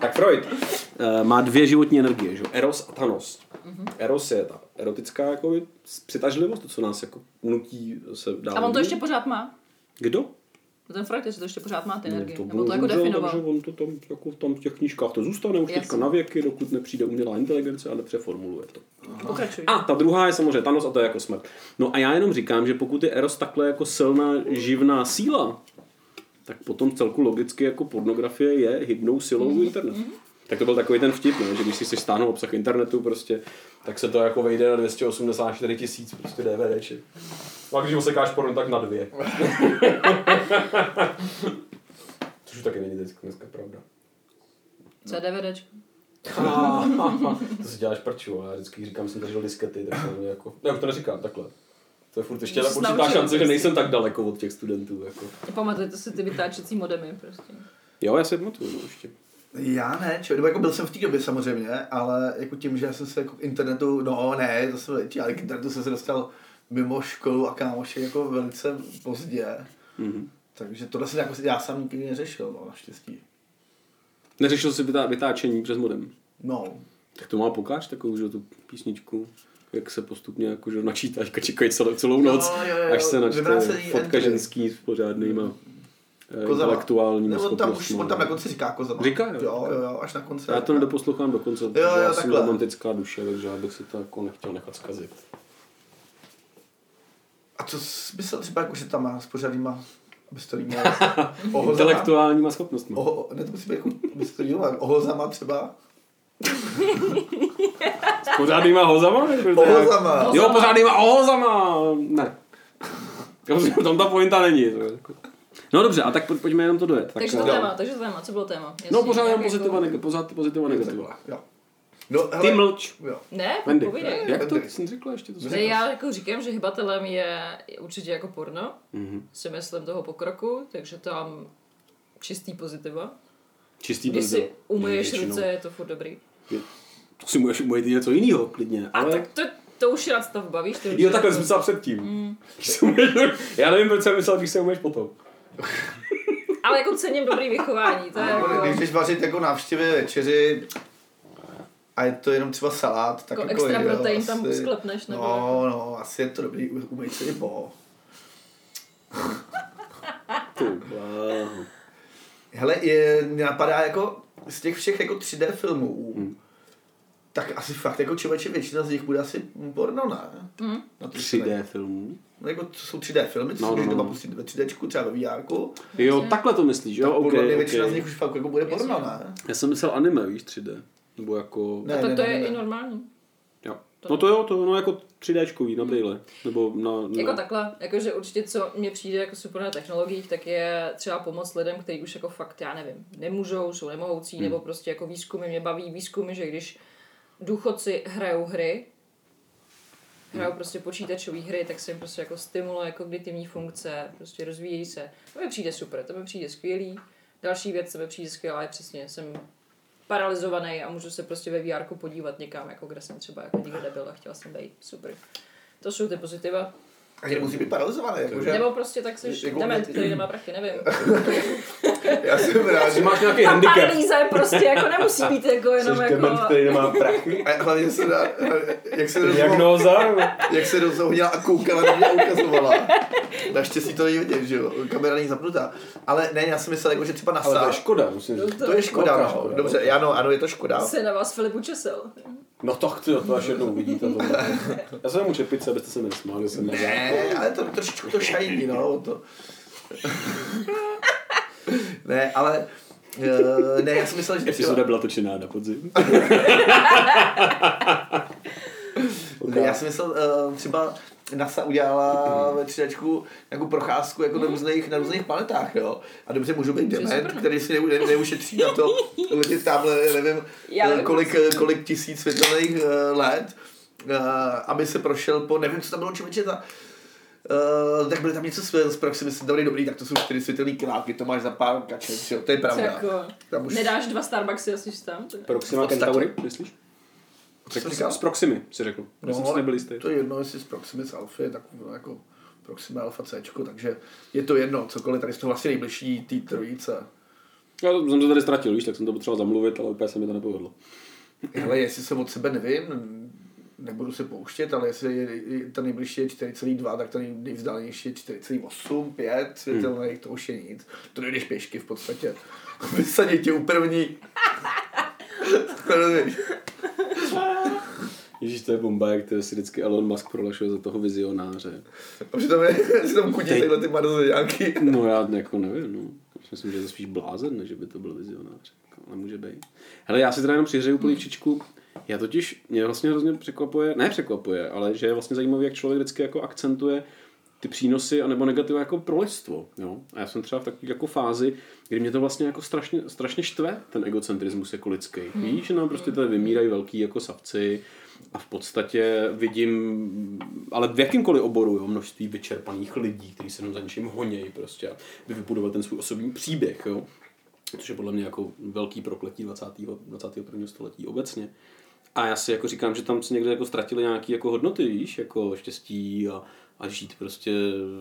S1: tak Freud eh, má dvě životní energie, že? jo? Eros a Thanos.
S3: Mhm.
S1: Eros je ta erotická jako přitažlivost, to, co nás jako nutí se dál.
S3: A on to
S1: líbit.
S3: ještě pořád má.
S1: Kdo?
S3: Ten Freud, jestli to ještě pořád má ty energie.
S1: No,
S3: Nebo to jako
S1: bohužel,
S3: definoval.
S1: Takže on to tam, jako tam v těch knížkách to zůstane už
S3: Jasně.
S1: teďka na věky, dokud nepřijde umělá inteligence a nepřeformuluje to.
S3: Pokračuj.
S1: A ta druhá je samozřejmě Thanos a to je jako smrt. No a já jenom říkám, že pokud je Eros takhle jako silná živná síla, tak potom celku logicky jako pornografie je hybnou silou internet. Tak to byl takový ten vtip, ne? že když si si stáhnou obsah internetu prostě, tak se to jako vejde na 284 tisíc prostě DVDček. No a když osekáš porno, tak na [laughs] dvě. Což už taky není dneska, dneska pravda.
S3: Co je DVDčko?
S1: To si děláš prču, já vždycky říkám, že jsem držel diskety, tak to je jako... Ne, už to neříkám, takhle. To je furt ještě
S3: Že
S1: ta
S3: jsi
S1: určitá
S3: naučil
S1: šance, že
S3: prostě.
S1: nejsem tak daleko od těch studentů. Jako.
S3: Pamatujete si ty vytáčecí modemy prostě.
S1: Jo, já se pamatuju, no, ještě.
S2: Já ne, čo, nebo jako byl jsem v té době samozřejmě, ale jako tím, že já jsem se jako k internetu, no ne, to jsem letí, ale k internetu jsem se dostal mimo školu a kámoši jako velice pozdě.
S1: Mhm.
S2: Takže tohle jsem jako, já sám nikdy neřešil, no, naštěstí.
S1: Neřešil jsi vytá- vytáčení přes modem.
S2: No,
S1: Tak to má pokáž takovou, že tu písničku jak se postupně jako, že načítají, čekají celou, celou noc,
S2: No, Jo, jo, jo,
S1: až se načte
S2: vyvrácený
S1: fotka
S2: entry. Hmm.
S1: ženský s pořádnýma eh,
S2: Kozava.
S1: intelektuálníma
S2: Nebo tam jako už,
S1: schopnostmi.
S2: on tam na konci říká kozava.
S1: Říká, jo.
S2: jo. Jo, jo, až na konci.
S1: Já to nedoposlouchám dokonce, protože
S2: jo,
S1: já jsem
S2: takhle.
S1: romantická duše, takže já bych si to jako nechtěl nechat zkazit.
S2: A co jsi myslel třeba, jako, že tam má s pořadýma pistolíma? Ohozama?
S1: Intelektuálníma schopnostmi.
S2: Oho, ne, to musí být jako pistolíma, ohozama třeba.
S1: S pořádnýma hozama? Jako, to je-
S2: Ohozama.
S1: Jo, pořádnýma ohozama! Ne. [laughs] Jako, Tam ta pointa není. No dobře, a tak poj- pojďme jenom to dojet. Tak,
S3: takže to
S1: eh,
S3: téma, takže to téma, co bylo téma? Jestli
S1: No pořád jenom
S3: nějak
S1: pozitiva,
S3: jako-
S1: neg- pořád pozitiva, negativa.
S2: Jo. No, hele,
S1: Ty mlč.
S2: Jo.
S3: Ne,
S1: Wendy,
S3: povídej.
S1: jak to
S2: Wendy.
S1: jsem řekla ještě? To jsem...
S3: Ne, já jako říkám, že hybatelem je určitě jako porno,
S1: Mhm.
S3: mm-hmm. si myslím toho pokroku, takže tam čistý pozitiva.
S1: Čistý no.
S3: Když
S1: brzdo.
S3: si umyješ
S1: Většinou.
S3: ruce, je to furt dobrý.
S1: To si můžeš umýt i něco jiného, klidně.
S3: A
S1: ale-
S3: tak to, to už je nadstavba, víš? To už
S1: Jo,
S3: je
S1: takhle
S3: jako-
S1: jsem psal předtím. Když se umýš- Já nevím, proč jsem myslel, když se umýš potom.
S3: Ale jako cením dobrý vychování, to je
S2: Jako, Když
S3: jako...
S2: jdeš vařit jako návštěvy večeři a je to jenom třeba salát, tak
S3: Jako
S2: jako,
S3: extra
S2: jo,
S3: protein tam
S2: asi-
S3: sklepneš, nebo jako-
S2: No, no, asi je to dobrý, umej se i po.
S1: Ty bláho.
S2: Hele, je, mě napadá jako z těch všech jako 3D filmů, hmm. tak asi fakt jako člověče většina z nich bude asi porno, ne? Hmm. Na to
S1: 3D filmů.
S2: No, jako to jsou 3D filmy, to
S1: No,
S2: no, jsou
S1: no,
S2: no,
S1: no.
S2: doma pustit ve 3D, třeba ve VR.
S1: Jo, takhle to myslíš, jo?
S2: Tak
S1: No, Ok,
S2: podle mě většina z
S1: ok.
S2: nich už fakt jako bude porno, ne?
S1: Já jsem myslel anime, víš, 3D. Nebo jako...
S2: Ne.
S3: Tak to je
S2: ne.
S3: i normální.
S1: Jo. No to jo, to no jako 3Dčkový na brýle. Nebo na... na...
S3: Jako takhle, jakože určitě co mně přijde jako super na technologiích, tak je třeba pomoc lidem, kteří už jako fakt, já nevím, nemůžou, jsou nemohoucí, hmm. nebo prostě jako výzkumy, mě baví výzkumy, že když důchodci hrajou hry, hrajou prostě počítačové hry, tak se jim prostě jako stimuluje kognitivní funkce, prostě rozvíjí se. To mi přijde super, to mi přijde skvělý. Další věc, co mi přijde skvělá, je přesně, jsem paralizovaný a můžu se prostě ve VR podívat někam, jako kde jsem třeba jako nikdy nebyl a chtěla jsem být. Super. To jsou ty pozitiva.
S2: A že nemusí být paralizované, jakože.
S3: Nebo prostě tak jsi
S2: Jako-
S3: dement, který nemá prachy, nevím.
S2: Já jsem rád, že
S1: Ty máš nějaký
S3: Ta
S1: handicap.
S3: paralýza je prostě jako nemusí být jako jenom
S5: Jsi
S3: jako...
S5: dement, který nemá
S1: [laughs]
S5: prachy.
S2: A hlavně se dá, [laughs] jak se,
S1: no-
S2: rozho-
S5: Diagnóza?
S2: jak se rozohnila a koukala na mě a
S3: [laughs]
S2: ukazovala. Naštěstí to není vidět, že jo, kamera není zapnutá. Ale ne, já jsem myslel, jako, že třeba na
S5: Ale to je
S2: sáž-
S5: škoda, musím říct.
S2: To je škoda,
S5: Velká
S2: no.
S5: škoda,
S2: Dobře,
S5: velká.
S2: ano, ano, je to škoda.
S3: Se na vás Filip učesel.
S5: No to chci, to až jednou uvidíte. To. Já jsem mu čepice, abyste se mi nesmáli. Jsem ne.
S2: Ne, ale to trošičku to šajní, no. To. ne, ale... eh, ne, já jsem myslel, že...
S5: Epizoda byla točená na podzim.
S2: Ne, já jsem myslel, eh, třeba NASA
S3: Mhm.
S2: udělala ve 3 nějakou procházku jako na, různých, na různých planetách, jo. A dobře, můžu být dement,
S3: super, no.
S2: který si ne, ne, neušetří na
S3: [laughs]
S2: to letět tamhle, nevím,
S3: Já
S2: eh,
S3: vím,
S2: kolik, eh, kolik tisíc světelných eh, let, eh, aby se prošel po, nevím, co tam bylo člověče, ta, Uh, tak byly tam něco s, s Proximity, dobrý, dobrý, tak to jsou čtyři světelný krávky, to máš za pár kaček, že jo, to je
S3: Co
S2: pravda.
S3: Jako,
S2: Tam už-
S3: nedáš dva Starbucksy a jsi tam. To ne.
S1: Proxima
S2: podstatě-
S1: Centauri, myslíš?
S2: Co jsem
S1: Řekl jsi,
S2: říkal?
S1: z Proximy, si řekl. No, jsem si nebyl jistý.
S2: To je jedno, jestli z Proximus Alpha, tak no, jako Proxima Alpha C, takže je to jedno, cokoliv, tady je to vlastně nejbližší té trojice.
S1: Já to jsem to tady ztratil, víš, tak jsem to potřeboval zamluvit, ale úplně se mi to nepovedlo.
S2: Hele, jestli se od sebe nevím, nebudu se pouštět, ale jestli je, je, ta nejbližší je 4,2, tak ta nej- nejvzdálenější je 4,8, 5 světelných, to už je nic. To nejdeš pěšky v podstatě. [laughs] Vysadě tě uprvní. [laughs]
S1: Ježíš, to je bomba, jak to si vždycky Elon Musk prohlašuje za toho vizionáře.
S2: A přitom je, se tam kudí tyhle ty marze nějaký. [laughs]
S1: No já jako nevím, no. Já si Myslím, že je to spíš blázen, než by to byl vizionář. Jako, Ale může být. Hele, já si teda jenom přihřeju polívčičku. Já totiž, mě vlastně hrozně překvapuje, ne překvapuje, ale že je vlastně zajímavé, jak člověk vždycky jako akcentuje ty přínosy anebo negativa jako pro lidstvo. Jo? A já jsem třeba v takové jako fázi, kdy mě to vlastně jako strašně, strašně štve, ten egocentrismus jako lidský. Hmm. Víš, že nám prostě tady vymírají velký jako savci a v podstatě vidím, ale v jakýmkoliv oboru, jo, množství vyčerpaných lidí, kteří se jenom za něčím honějí prostě, aby vybudovali ten svůj osobní příběh, jo. Což je podle mě jako velký prokletí 20. 21. století obecně. A já si jako říkám, že tam se někde jako ztratili nějaké jako hodnoty, víš, jako štěstí a, a žít prostě,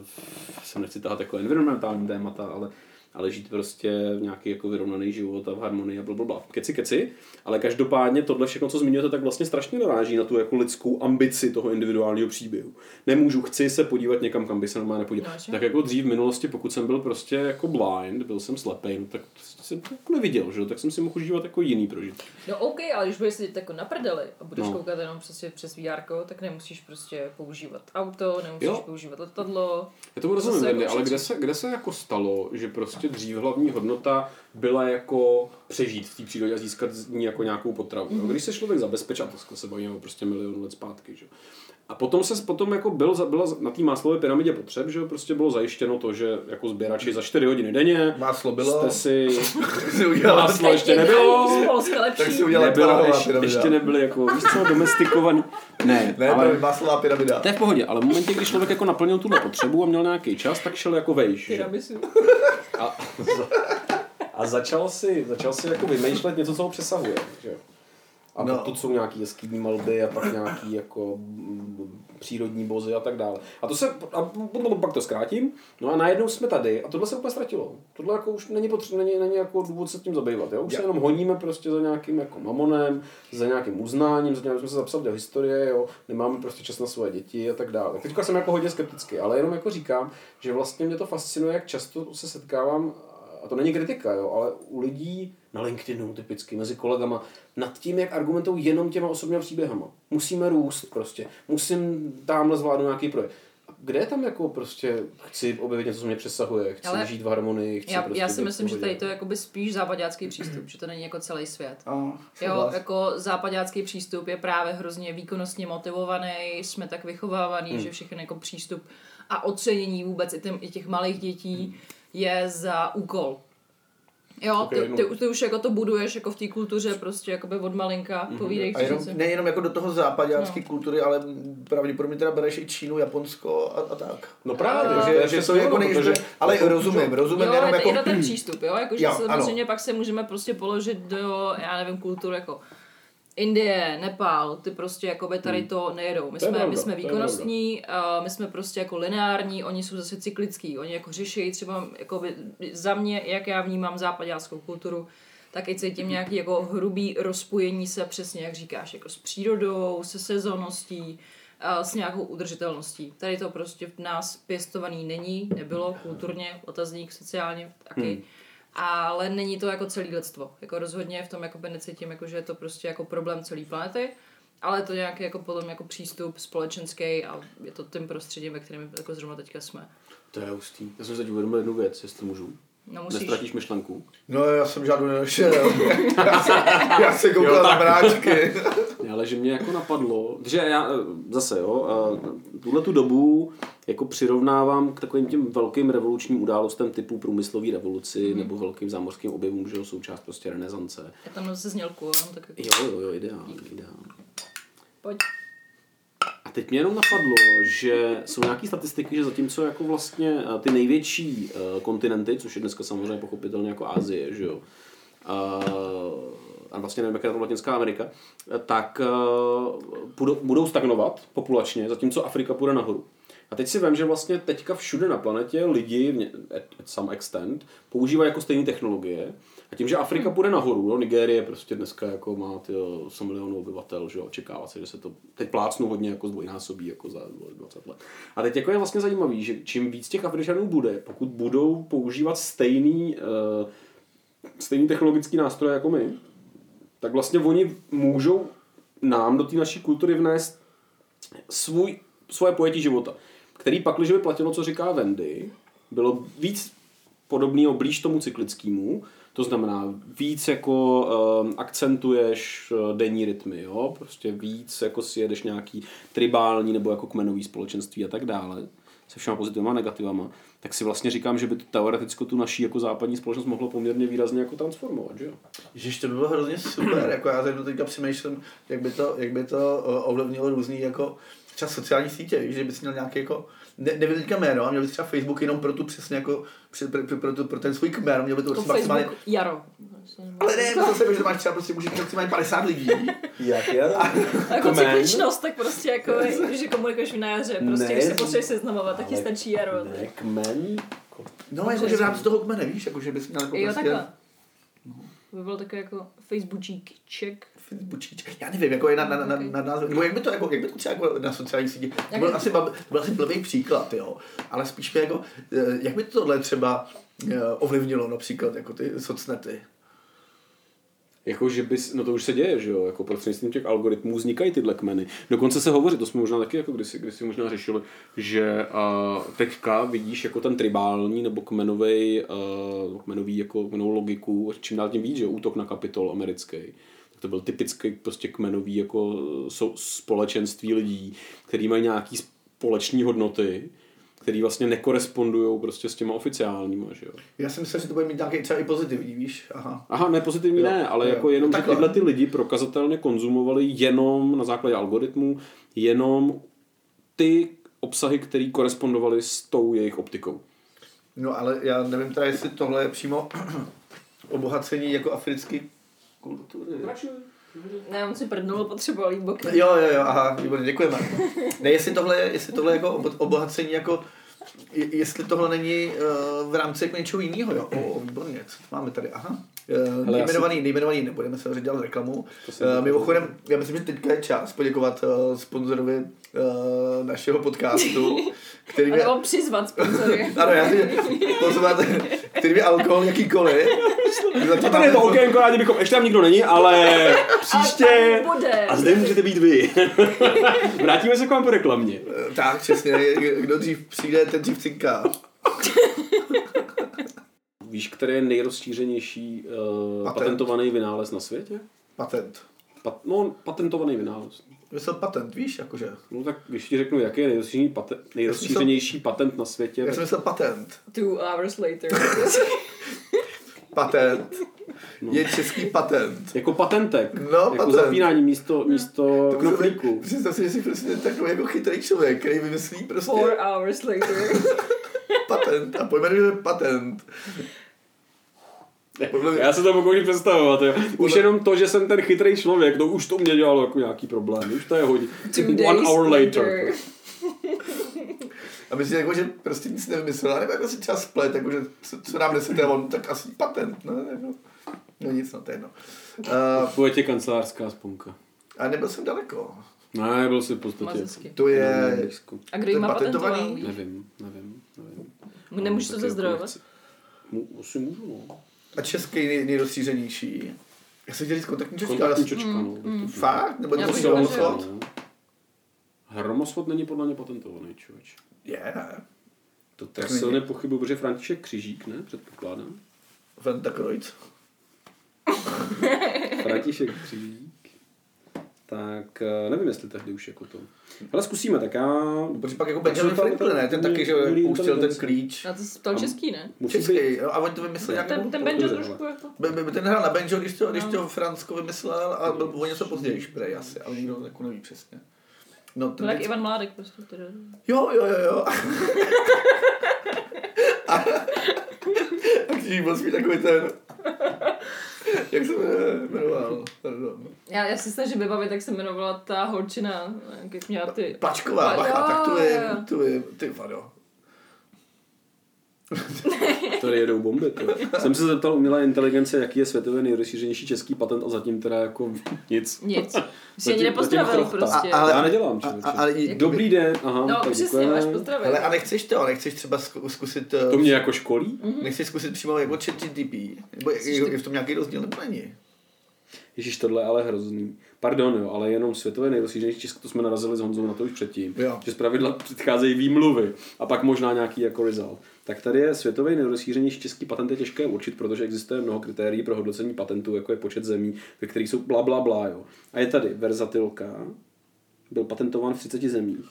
S1: v- jsem nechci tahat jako environmentální témata, ale, ale žít prostě v nějaký jako vyrovnaný život a v harmonii a blablabla. Keci, keci. Ale každopádně tohle všechno, co zmiňujete, tak vlastně strašně naráží na tu jako lidskou ambici toho individuálního příběhu. Nemůžu, chci se podívat někam, kam by se normálně nepodíval.
S3: No,
S1: No,
S3: jasně.
S1: tak jako dřív v minulosti, pokud jsem byl prostě jako blind, byl jsem slepý, no, tak jsem to jako neviděl, že? jo, tak jsem si mohl užívat jako jiný prožitky.
S3: No OK, ale když budeš sedět jako na prdeli a budeš
S1: No.
S3: no. koukat jenom přes, přes VR, tak nemusíš prostě používat auto, nemusíš
S1: Jo.
S3: jo. používat letadlo.
S1: Já tomu rozumím,
S3: Zase
S1: Wendy,
S3: jako
S1: ale kde
S3: přece-
S1: se, kde se jako stalo, že prostě dřív hlavní hodnota byla jako přežít v té přírodě a získat z ní jako nějakou potravu.
S3: Mhm.
S1: Mm-hmm. Když se člověk zabezpečil, to se bavíme o prostě milion let zpátky, že? jo. A potom se potom jako byl, za- byla na té máslové pyramidě potřeb, že jo, prostě bylo zajištěno to, že jako sběrači za 4 hodiny denně
S2: Máslo
S1: jste
S2: bylo. [laughs]
S1: si
S2: Si udělala-
S1: Máslo ještě
S3: Z
S1: nebylo,
S3: Polska lepší.
S2: Tak si udělal
S1: nebylo
S2: tvarová
S1: ještě,
S2: pyramida.
S1: ještě nebyly jako, víš co, domestikovaný. Ne,
S2: Ne,
S1: ale
S2: ale... maslová pyramida.
S1: to je v pohodě, ale v momentě, kdy člověk jako naplnil tuhle potřebu a měl nějaký čas, tak šel jako vejš. že?
S3: Tiramisu.
S5: A, a začal si, začal si jako vymýšlet něco, co ho přesahuje. Že? jo. A
S2: No.
S5: no. to jsou nějaký jeskýní malby a pak nějaký jako mm, přírodní bozy a tak dále. A to se, a potom pak to zkrátím, no a najednou jsme tady a tohle se úplně ztratilo. Tohle jako už není potřeba, není, není jako důvod se tím zabývat, jo? Už se
S2: Jo.
S5: jenom honíme prostě za nějakým jako mamonem, za nějakým uznáním, za nějakým jsme se zapsali do historie, jo? Nemáme prostě čas na svoje děti a tak dále. Tak teďka jsem jako hodně skeptický, ale jenom jako říkám, že vlastně mě to fascinuje, jak často se setkávám a to není kritika, jo, ale u lidí na LinkedInu typicky, mezi kolegama, nad tím, jak argumentují jenom těma osobními příběhama. Musíme růst prostě, musím tamhle zvládnout nějaký projekt. A Kde je tam jako prostě, chci objevit něco, co mě přesahuje, chci
S3: Ale-
S5: ale... žít v harmonii, chci
S3: Já,
S5: prostě
S3: já
S5: být
S3: si
S5: v
S3: myslím, že
S5: pohodě.
S3: tady to je jakoby spíš západácký přístup, že to není jako celý svět.
S2: A,
S3: Jo,
S2: souhlas.
S3: jako západácký přístup je právě hrozně výkonnostně motivovaný, jsme tak vychovávaný,
S5: Hmm.
S3: že všechny jako přístup a ocenění vůbec i, těm, i těch malých dětí je za úkol. Jo,
S5: Hmm. Ok,
S3: ty,
S5: no.
S3: ty, ty už jako to buduješ jako v té kultuře prostě jakoby od malinka,
S5: Mhm.
S3: povídej,
S2: A
S3: co
S2: jenom,
S3: říci.
S2: nejenom jako do toho západácké no. kultury, ale pravděpodobně teda bereš i Čínu, Japonsko a, a tak.
S5: No právě,
S3: Eh,
S2: Takže,
S5: to je
S2: že
S5: přesně
S2: to jako
S5: ono,
S2: nejsme, ale rozumím, rozumím
S3: Jo,
S2: jenom
S3: je, to-
S2: jako...
S3: je to ten přístup, jo, jakože
S2: Jo,
S3: samozřejmě pak se můžeme prostě položit do, já nevím, kultur jako Indie, Nepál, ty prostě jakoby tady to nejedou.
S5: Hmm.
S3: My
S5: To je
S3: jsme, my
S5: pravda,
S3: jsme
S5: to je
S3: výkonnostní, a my jsme prostě jako lineární, oni jsou zase cyklický, oni jako řeší třeba jakoby, za mě, jak já vnímám západáckou kulturu, tak i cítím nějaký jako hrubý rozpojení se přesně, jak říkáš, jako s přírodou, se sezoností, a s nějakou udržitelností. Tady to prostě v nás pěstovaný není, nebylo kulturně, otazník sociálně taky. Hmm. Ale není to jako celý lidstvo. Jako rozhodně v tom jakoby necítím, jako, že je to prostě jako problém celé planety, ale je to nějaký jako podle mě jako přístup společenský a je to tím prostředím, ve kterém jako zrovna teďka jsme.
S1: To je hustý. Já jsem se teď uvědomil jednu věc, jestli můžu.
S3: No musíš.
S1: Nestratíš myšlenku.
S2: No já jsem žádnou nenašel. já, se, já se koukal na bráčky.
S1: Ne, Ale že mě jako napadlo, že já eh, zase jo, eh, tuhle tu dobu jako přirovnávám k takovým těm velkým revolučním událostem typu průmyslové revoluci nebo velkým zámořským objevům, že jo, součást prostě renesance.
S3: Já tam se znělku, jo, tak jako...
S1: Jo, jo, jo, ideální, ideální.
S3: Pojď.
S1: A teď mě jenom napadlo, že jsou nějaké statistiky, že zatímco jako vlastně eh, ty největší eh, kontinenty, což je dneska samozřejmě pochopitelně jako Asie, že jo, a, a vlastně nevím, jaká je to Latinská Amerika, eh, tak eh, budou, budou stagnovat populačně, zatímco Afrika půjde nahoru. A teď si vím, že vlastně teďka všude na planetě lidi, v ně- at- at some extent, používají jako stejné technologie. A tím, že Afrika půjde nahoru, no, Nigérie prostě dneska jako má ty 100 milionů obyvatel, že jo, očekává se, že se to teď plácnou hodně jako zdvojnásobí jako za 20 let. A teď jako je vlastně zajímavý, že čím víc těch Afričanů bude, pokud budou používat stejný, uh, stejný technologický nástroje jako my, tak vlastně oni můžou nám do té naší kultury vnést svůj, svoje pojetí života, který pak, když by platilo, co říká Wendy, bylo víc podobného blíž tomu cyklickému, to znamená víc jako um, akcentuješ eh, denní rytmy, jo? prostě víc jako si jedeš nějaký tribální nebo jako kmenový společenství a tak dále, se všema pozitivama a negativama, tak si vlastně říkám, že by to teoreticky tu naší jako západní společnost mohlo poměrně výrazně jako transformovat, že jo?
S2: Ježiš, to by bylo hrozně super, jako já tady teďka přemýšlím, jak by to, jak by to eh, ovlivnilo různý jako třeba sociální sítě, víš, že bys měl nějaký jako, ne, nevím teďka jméno, a měl bys třeba Facebook jenom pro tu přesně jako, při- pro, pro, pro, tu- pro ten svůj kmen, měl by to
S3: Jako
S2: prostě maximálně, Jako
S3: Facebook jaro.
S2: ale
S3: [laughs]
S2: ne, to zase, že máš třeba prostě můžeš maximálně 50 lidí,
S5: Jak je?
S3: A [laughs] jako
S5: Kmen.
S3: cykličnost, tak prostě jako, že komunikuješ na jaře, prostě
S5: Ne.
S3: když se potřebuješ seznamovat, tak ti
S5: Ale
S3: stačí jaro.
S5: Ne, kmen.
S2: no jako, že v rámci toho kmene, víš, jako, že bys měl jako
S3: Jo,
S2: prostě,
S3: takhle. To by byl takový jako Facebookíček.
S2: Facebookíček. Já nevím, jako je na, na, na, na, na nebo jak by to, jako, jak by to třeba jako na sociálních sítích, to
S3: Jak-
S2: byl, asi, bab- to byl asi blbý příklad, jo, ale spíš mi jako, eh, jak by to tohle třeba eh, ovlivnilo například jako ty socnety.
S1: Jako, že bys, no to už se děje, že jo, jako prostřednictvím těch algoritmů vznikají tyhle kmeny. Dokonce se hovoří, to jsme možná taky jako kdysi, kdysi možná řešili, že uh, teďka vidíš jako ten tribální nebo kmenový, uh, kmenový jako kmenovou logiku, čím dál tím víc, že jo, útok na kapitol americký. Tak to byl typický prostě kmenový jako sou, společenství lidí, který mají nějaký společní hodnoty, který vlastně nekorespondují prostě s těma oficiálníma, že jo.
S2: Já si myslím, že to bude mít nějaký třeba i pozitivní, víš, aha.
S1: Aha, ne, pozitivní
S2: Jo,
S1: ne, ale
S2: jo.
S1: jako jenom, že
S2: Takhle.
S1: tyhle ty lidi prokazatelně konzumovali jenom na základě algoritmů, jenom ty obsahy, které korespondovaly s tou jejich optikou.
S2: No ale já nevím teda, jestli tohle je přímo [clears throat] obohacení jako africký kultury.
S3: Ne, on si prdnul, potřeboval jít boky.
S2: Jo, jo, jo, aha, výborně, děkujeme. Ne, jestli tohle, je- jestli tohle je jako obo- obohacení, jako, je- jestli tohle není uh, v rámci jako něčeho jiného, jo. O, o, výborně, co tu máme tady, aha. Uh,
S1: já
S2: nejmenovaný, nejmenovaný, nebudeme se že dělat reklamu.
S1: jsem-
S2: Uh, mimochodem, já myslím, že teďka je čas poděkovat uh, sponzorovi uh,
S1: [laughs]
S2: našeho podcastu, který
S3: A nebo přizvat sponzory.
S2: ano, já si pozvat, Ty dvě alkohol, jakýkoliv.
S1: A tady je to okénko, rádi bychom, ještě tam nikdo není, [laughs] ale příště...
S3: tam bude.
S1: A zde můžete být vy. [laughs] Vrátíme se k vám po reklamě.
S2: Eh, Tak, přesně, kdo dřív přijde, ten dřív cinká.
S1: Víš, který je nejrozšířenější uh,
S2: Patent.
S1: patentovaný vynález na světě?
S2: Patent.
S1: Pat, no, patentovaný vynález.
S2: Myslel patent, víš, jakože.
S1: No tak když ti řeknu, jaký je nejrozšířenější patent, nejrozšířenější patent na světě,
S2: Já jsem myslel patent.
S3: Two hours later. [laughs]
S2: Patent. Je český patent.
S1: jako patentek,
S2: No,
S1: jako
S2: patent.
S1: zapínání místo, místo knoplíku.
S2: Představ si, že jsi prostě takový jako chytrý člověk, který vymyslí prostě
S3: Four hours later.
S2: patent a pojmenuje patent. Podle mě-
S1: Já se to pokouším představovat. Jo. Už jenom to, že jsem ten chytrý člověk, to už to mě dělalo jako nějaký problém. Už to je hodně.
S3: Two
S1: One
S3: days
S1: hour later.
S3: later.
S2: A myslím, jako, že prostě nic nevymyslela, nebo jako si třeba splet, jako, že co, co nám nesete, on, tak asi patent, ne? Jako, no nic, no to je jedno. Uh,
S1: Bude tě kancelářská sponka.
S2: a nebyl jsem daleko.
S1: Ne, byl jsi v podstatě.
S3: Mazecky.
S2: To
S1: Na
S2: je...
S1: Blízku.
S3: A kdo
S2: To
S3: ji
S2: je
S3: má
S2: patentovaný?
S3: patentovanou? víš?
S1: Nevím, nevím, nevím.
S3: Nemůžeš to
S1: Taky jako
S3: zazdravovat?
S1: nechci- Mu- Asi můžu, no.
S2: A český nej, nejrozšířenější. Já jsem chtěl říct kontaktní čočka, ale...
S1: Kontaktní čočka, no.
S3: Mm,
S2: Fakt? Nebo
S3: Já
S2: to
S3: bych
S2: bylo
S3: řekla, že jo.
S2: moc?
S1: Hromosvot no. není podle mě patentovaný, člověč.
S2: Je, ne.
S1: To tak
S2: není.
S1: silně pochybu, protože František Křižík, ne? Předpokládám.
S2: Venta Kreutz.
S1: František Křižík. Tak eh, nevím, jestli tehdy už jako to. Ale zkusíme, tak já...
S2: Protože pak jako
S1: Tak
S2: Benjamin
S1: jsou tam-
S2: Franklin, ne? Ten
S1: tam
S2: taky, že
S1: je- je-
S2: pouštěl ten
S1: inteligence.
S2: klíč.
S3: A to se ptal český, ne?
S1: Musí být
S2: Český, jo, a on to vymyslel nějak...
S3: Ten, No. ten Benjo trošku jako...
S2: By- by- by Ten hrál na banjo, když to, když to Francko vymyslel a byl o něco později, prej asi, ale nikdo jako neví přesně. No, ten
S3: No tak
S2: vždycky-
S3: Ivan Mládek prostě teda.
S2: Jo, jo, jo, [laughs] jo. A když byl spíš takový ten... Jak se jmenoval? Pardon.
S3: Já, já si snažím vybavit, jak se jmenovala ta holčina, jak měla ty...
S2: Plačková,
S3: Pa-
S2: bacha,
S3: jo,
S2: tak to je,
S3: jo.
S2: to je, ty vado.
S1: Tady jedou bomby. To.
S2: [laughs]
S1: Jsem se zeptal umělé inteligence, jaký je světově nejrozšířenější český patent a zatím teda jako nic.
S3: Nic. Si ani
S1: Zatím-
S3: nepozdravil
S1: zatím chrochtá.
S3: prostě.
S2: A- ale-
S1: já nedělám,
S2: A,
S1: člověče.
S2: a, ale, i-
S1: Dobrý den, aha,
S3: No
S1: tak
S3: přesně,
S1: děkujeme.
S3: máš pozdravit.
S2: Hele, a nechceš to, nechceš třeba zku- zkusit, eh,
S1: To mě jako školí?
S2: nechceš zkusit přímo jako ChatGPT, nebo je, je, je v tom nějaký rozdíl, nebo není?
S1: Ježíš, tohle je ale hrozný. Pardon, jo, ale jenom světové nejrozšířenější Česko, to jsme narazili s Honzou na to už předtím,
S2: Jo.
S1: že zpravidla předcházejí výmluvy a pak možná nějaký jako result. Tak tady je světový nejrozšířenější český patent je těžké určit, protože existuje mnoho kritérií pro hodnocení patentů, jako je počet zemí, ve kterých jsou bla, bla, bla jo. A je tady verzatilka, byl patentován v 30 zemích.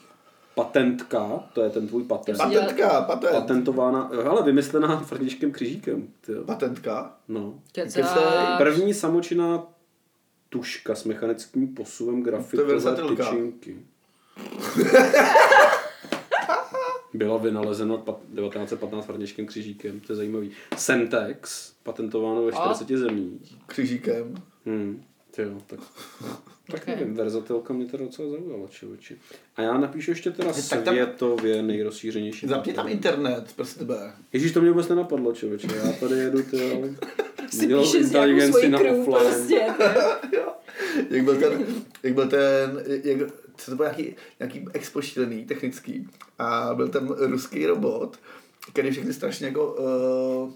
S1: Patentka, to je ten tvůj patent.
S3: Jasně.
S2: Patentka, patent,
S1: Patentována, jo, hele, vymyslená [laughs] Františkem Křižíkem. tyjo.
S2: patentka.
S1: No.
S2: Kecej.
S3: Kecáš.
S1: První samočinná tuška s mechanickým posuvem grafitové
S2: versatilka. [laughs]
S1: tyčinky. Byla vynalezena pat- 1915 Františkem Křižíkem, to je zajímavý. Semtex, patentováno ve 40 zemích.
S2: Křižíkem.
S1: Hmm. Tyjo,
S3: [laughs]
S1: tak, tak
S3: Okay.
S1: nevím, verzatilka mě teda docela zaujala, čivoči. A já napíšu ještě teda
S2: tak tam-
S1: světově nejrozšířenější.
S2: Zapni tam internet, prostě tebe.
S1: Ježíš, to mě vůbec nenapadlo, člověče. Já tady jedu, ty ale...
S3: [laughs] Si píše s nějakou svojí crew prostě.
S2: jak byl ten, jak byl ten, jak, co to byl nějaký, nějaký expo šílený, technický. A byl tam ruský robot, který všechny strašně jako, uh,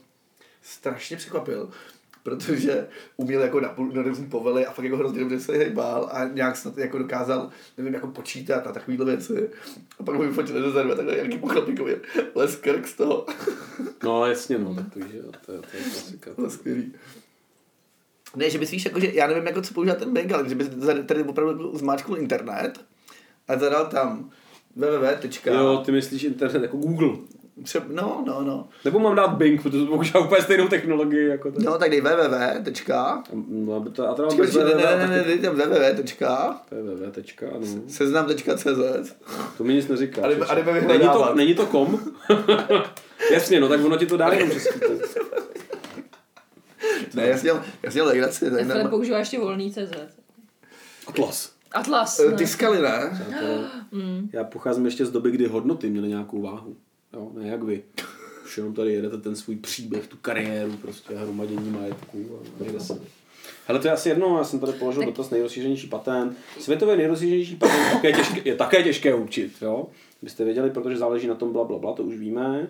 S2: strašně překvapil, protože uměl jako na, na různý povely a fakt jako hrozně dobře se hejbal a nějak snad jako dokázal, nevím, jako počítat a takovýhle věci. A pak mu vyfotili do zadu a takhle nějaký pochlapíkovi les krk z toho.
S1: No jasně, no, tak to je, to je, to je klasika.
S2: To je skvělý. Ne, že bys víš, jako, že já nevím, jako, co používá ten bank, ale že bys za- tady opravdu zmáčknul internet a zadal tam www.
S1: Jo, ty myslíš internet jako Google.
S2: Třeba, no, no, no.
S1: Nebo mám dát Bing, protože to používá úplně stejnou technologii jako ten.
S2: No, tak dej www. tečka.
S1: No, aby to, a teda mám
S2: Počkej,
S1: bez
S2: počkej, ne, ne, ne,
S1: www,
S2: ne, dej tam www. tečka,
S1: www, tečka, ano.
S2: Seznam.cz.
S1: To mi nic neříká.
S2: A jdeme-
S1: čeče.
S2: a jdeme
S1: není, to,
S2: vyhledávat.
S1: není to kom? [laughs] Jasně, no tak ono ti to dá
S2: [laughs]
S1: jenom český text.
S2: Ne, já si dělám, já si dělám legraci. tady
S3: Filip
S2: normál-
S3: používá ještě volný CZ.
S1: Atlas.
S3: Atlas.
S2: Eh,
S3: ne?
S2: Tiskali, ne?
S3: [gasps]
S1: Přátelé,
S3: Mm.
S1: Já pocházím ještě z doby, kdy hodnoty měly nějakou váhu. Jo, ne jak vy. Už jenom tady jedete ten svůj příběh, tu kariéru, prostě hromadění majetku a jede se. Hele, to je asi jedno, já jsem tady položil tak... dotaz nejrozšířenější patent. Světově nejrozšířenější patent také těžké, je také těžké určit, jo? Byste věděli, protože záleží na tom bla, bla, bla, to už víme.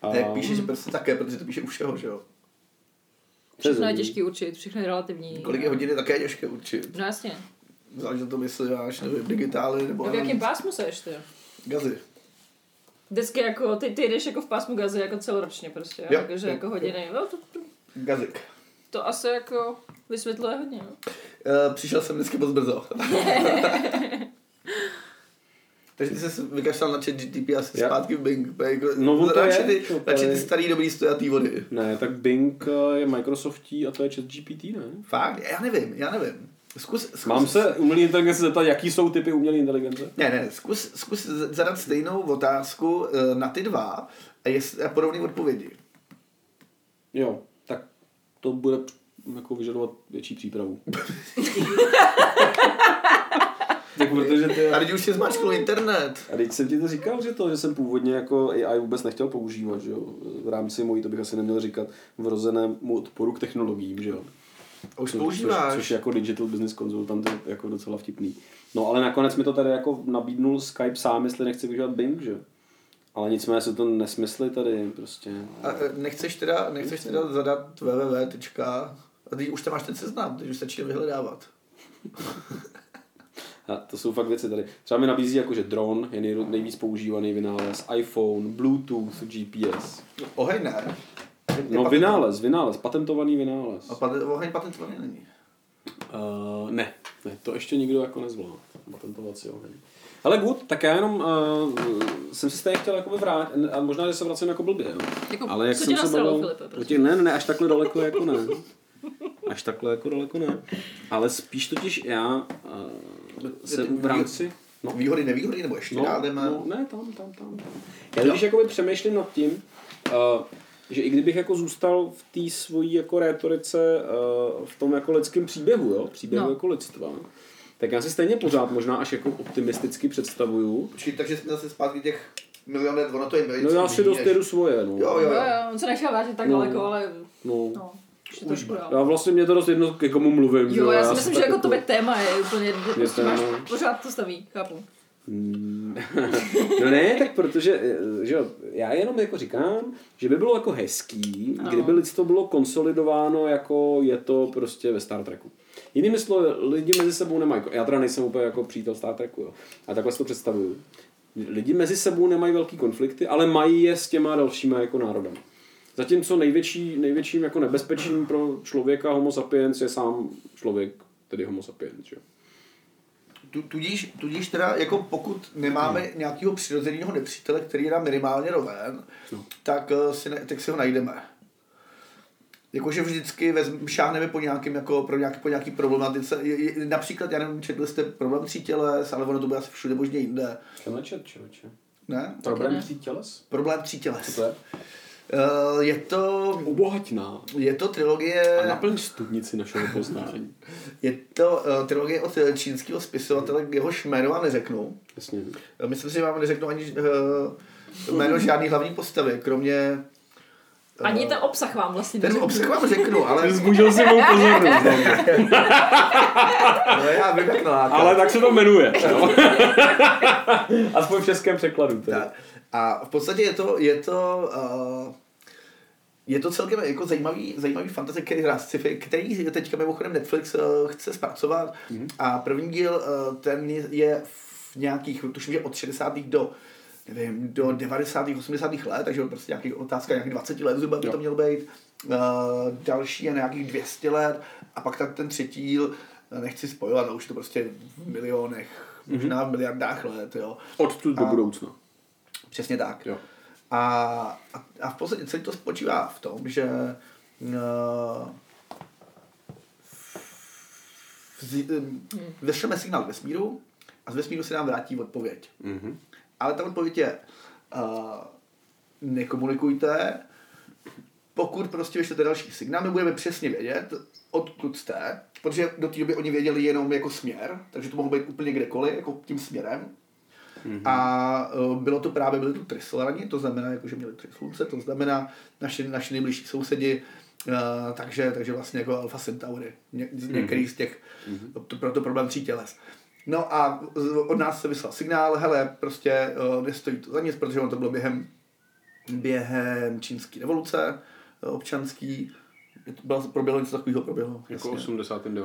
S2: To jak píše, že prostě také, protože to píše u všeho, že jo.
S3: Všechno je těžký určit, všechno je relativní.
S2: Kolik je hodin je také těžké určit.
S3: No jasně.
S2: Záleží na tom, jestli máš nevím, digitály nebo
S3: No v
S2: já
S3: jakém
S2: nevím,
S3: pásmu seš ty?
S2: gazy.
S3: Vždycky jako, ty, ty jdeš jako v pásmu gazy jako celoročně prostě, jo,
S2: Jo,
S3: takže
S2: jo,
S3: jako
S2: jo.
S3: hodiny. No, to, to,
S2: Gazik.
S3: to, asi jako vysvětluje hodně. No.
S2: Eh, Přišel jsem vždycky moc
S1: [laughs]
S2: brzo. Takže ty jsi vykašlal na chat GTP asi
S1: Já-
S2: zpátky v Bing. To je Jako,
S1: No, on to
S2: radši
S1: je,
S2: ty,
S1: to
S2: radši
S1: je.
S2: ty starý dobrý stojatý vody.
S1: Ne, tak Bing eh, je Microsoftí a to je ChatGPT, ne?
S2: Fakt? Já nevím, já nevím. Zkus, zkus.
S1: Mám se umělý inteligence zeptat, jaký jsou typy umělé inteligence?
S2: Ne, ne, zkus, zkus z- zadat stejnou otázku eh, na ty dva a, jest, a podobné odpovědi.
S1: Jo, tak to bude jako vyžadovat větší [laughs] přípravu. tak protože ty...
S2: A teď už si zmáčknul internet.
S1: A teď jsem ti to říkal, že to, že jsem původně jako AI vůbec nechtěl používat, že jo? V rámci mojí, to bych asi neměl říkat, vrozenému odporu k technologiím, že jo?
S2: A už
S1: Což-
S2: používáš.
S1: Což, což jako digital business consultant je jako docela vtipný. No ale nakonec mi to tady jako nabídnul Skype sám, jestli nechci využívat Bing, že? Ale nicméně se to nesmysly tady prostě.
S2: A eh, nechceš teda, nechceš teda zadat www. tečka- A teď už tam máš ten seznam, teď už stačí vyhledávat.
S1: A to jsou fakt věci tady. Třeba mi nabízí jako, že dron je nej, nejvíc používaný vynález, iPhone, Bluetooth, GPS.
S2: Oheň ne. Je
S1: No
S2: patent-
S1: vynález, vynález, patentovaný vynález.
S2: A patent, oheň patentovaný není. eh,
S1: Uh, ne, ne, to ještě nikdo jako nezvládl. Patentovací oheň. Ale good, tak já jenom uh, jsem se stejně chtěl jakoby vrátit, a možná, že se vracím jako blbě, jo.
S3: Jako,
S1: Ale jak
S3: co
S1: jsem
S3: tě
S1: se
S3: nasralo,
S1: bavil,
S3: Filipe, prosím?
S1: proti, ne, ne, ne, až takhle daleko jako ne. Až takhle jako daleko ne. Ale spíš totiž já uh, se v rámci...
S2: No. Výhody, nevýhody, nebo ještě no, dál jdeme.
S1: No, ne, tam, tam, tam. tam. Já když jakoby přemýšlím nad tím, uh, že i kdybych jako zůstal v té svojí jako rétorice uh, v tom jako lidském příběhu, jo? příběhu
S3: No.
S1: no. jako lidstva, tak já si stejně pořád možná až jako optimisticky představuju.
S2: Počkej, takže jsme zase zpátky těch milion let, ono to je milion.
S1: No já si dost jedu svoje, no.
S2: Jo, jo,
S3: Jo,
S2: jo.
S3: jo, on se nechal vážit tak
S1: No.
S3: daleko, ale
S1: no.
S3: no, už je trošku dál.
S1: Já vlastně mě to dost jedno, ke komu mluvím. že
S3: Jo, já si myslím,
S1: jsem
S3: že
S1: tak
S3: jako tebe téma je úplně, prostě
S1: téma.
S3: máš, pořád to staví, chápu.
S1: No ne, tak protože, eh, že jo, já jenom jako říkám, že by bylo jako hezký,
S3: Ano.
S1: kdyby lidstvo bylo konsolidováno, jako je to prostě ve Star Treku. Jinými slovy, lidi mezi sebou nemají, já teda nejsem úplně jako přítel Star Treku, jo, a takhle si to představuju. Lidi mezi sebou nemají velký konflikty, ale mají je s těma dalšíma jako národem. Zatímco největší, největším jako nebezpečím pro člověka homo sapiens je sám člověk, tedy homo sapiens, že jo.
S2: Tu- Tudíž, tudíž teda, jako pokud nemáme hmm. nějakého přirozeného nepřítele, který je nám minimálně roven, no. tak, eh, si ne, tak si ho najdeme. Jakože vždycky vezm, šáhneme po nějakým, jako pro nějaký, po nějaký problematice. Je, je, například, já nevím, četli jste problém tří těles, ale ono to bude asi všude možně jinde.
S1: Čelečet, čeleče.
S2: Ne?
S1: Problém tří těles?
S2: Problém tří těles.
S1: To je
S2: Eh, Je to,
S1: obohať nás.
S2: je to trilogie...
S1: A naplň studnici našeho poznání.
S2: Je to uh, trilogie od eh, čínského spisovatele, jehož jméno vám neřeknu.
S1: Jasně.
S2: Eh, Myslím si, že vám neřeknu ani uh, jméno žádný hlavní postavy, kromě...
S3: Ani ten obsah vám vlastně
S2: Ten
S3: neřeknu.
S2: obsah vám
S1: [laughs]
S2: řeknu, ale
S1: Zbužil si mou [laughs] pozornost.
S2: no, já vím, jak nalákat.
S1: Ale tak se to jmenuje. No. [laughs] Aspoň v českém překladu. Tedy.
S2: Tak. A v podstatě je to, je to, uh, je to celkem jako zajímavý, zajímavý fantasy, který hra sci-fi, který teďka mimochodem Netflix uh, chce zpracovat. Mm-hmm. A první díl, uh, ten je, je v nějakých, tuším, že od 60. do nevím, do 90. 80. let, takže prostě nějaký otázka nějakých 20 let zhruba by to mělo být. Uh, další je na nějakých 200 let a pak tak ten třetí díl, eh, nechci spojovat, ale už je to prostě v milionech, možná v miliardách let, jo.
S1: Odtud do budoucna.
S2: Přesně tak.
S1: Jo.
S2: A, a, a v podstatě celý to spočívá v tom, že uh, vešleme e, signál k vesmíru a z vesmíru se nám vrátí odpověď. Mm-hmm. Ale ta odpověď je e, uh, nekomunikujte, pokud prostě vyšlete další signál, my budeme přesně vědět, odkud jste, protože do té doby oni věděli jenom jako směr, takže to mohlo být úplně kdekoliv, jako tím směrem. Mm-hmm. A eh, bylo to právě, byly to trisolani, to znamená, jako, že měli tři slunce, to znamená naši, naši nejbližší sousedi, eh, takže, takže vlastně jako Alfa Centauri, ně, z některých z těch, mm-hmm. to, proto problém tří těles. No a e, z- od nás se vyslal signál, hele, prostě eh, nestojí to za nic, protože on to bylo během během čínské revoluce eh, občanský. Je to- Bylo, proběhlo něco takového, proběhlo.
S6: Jako
S2: jasně.
S6: 89.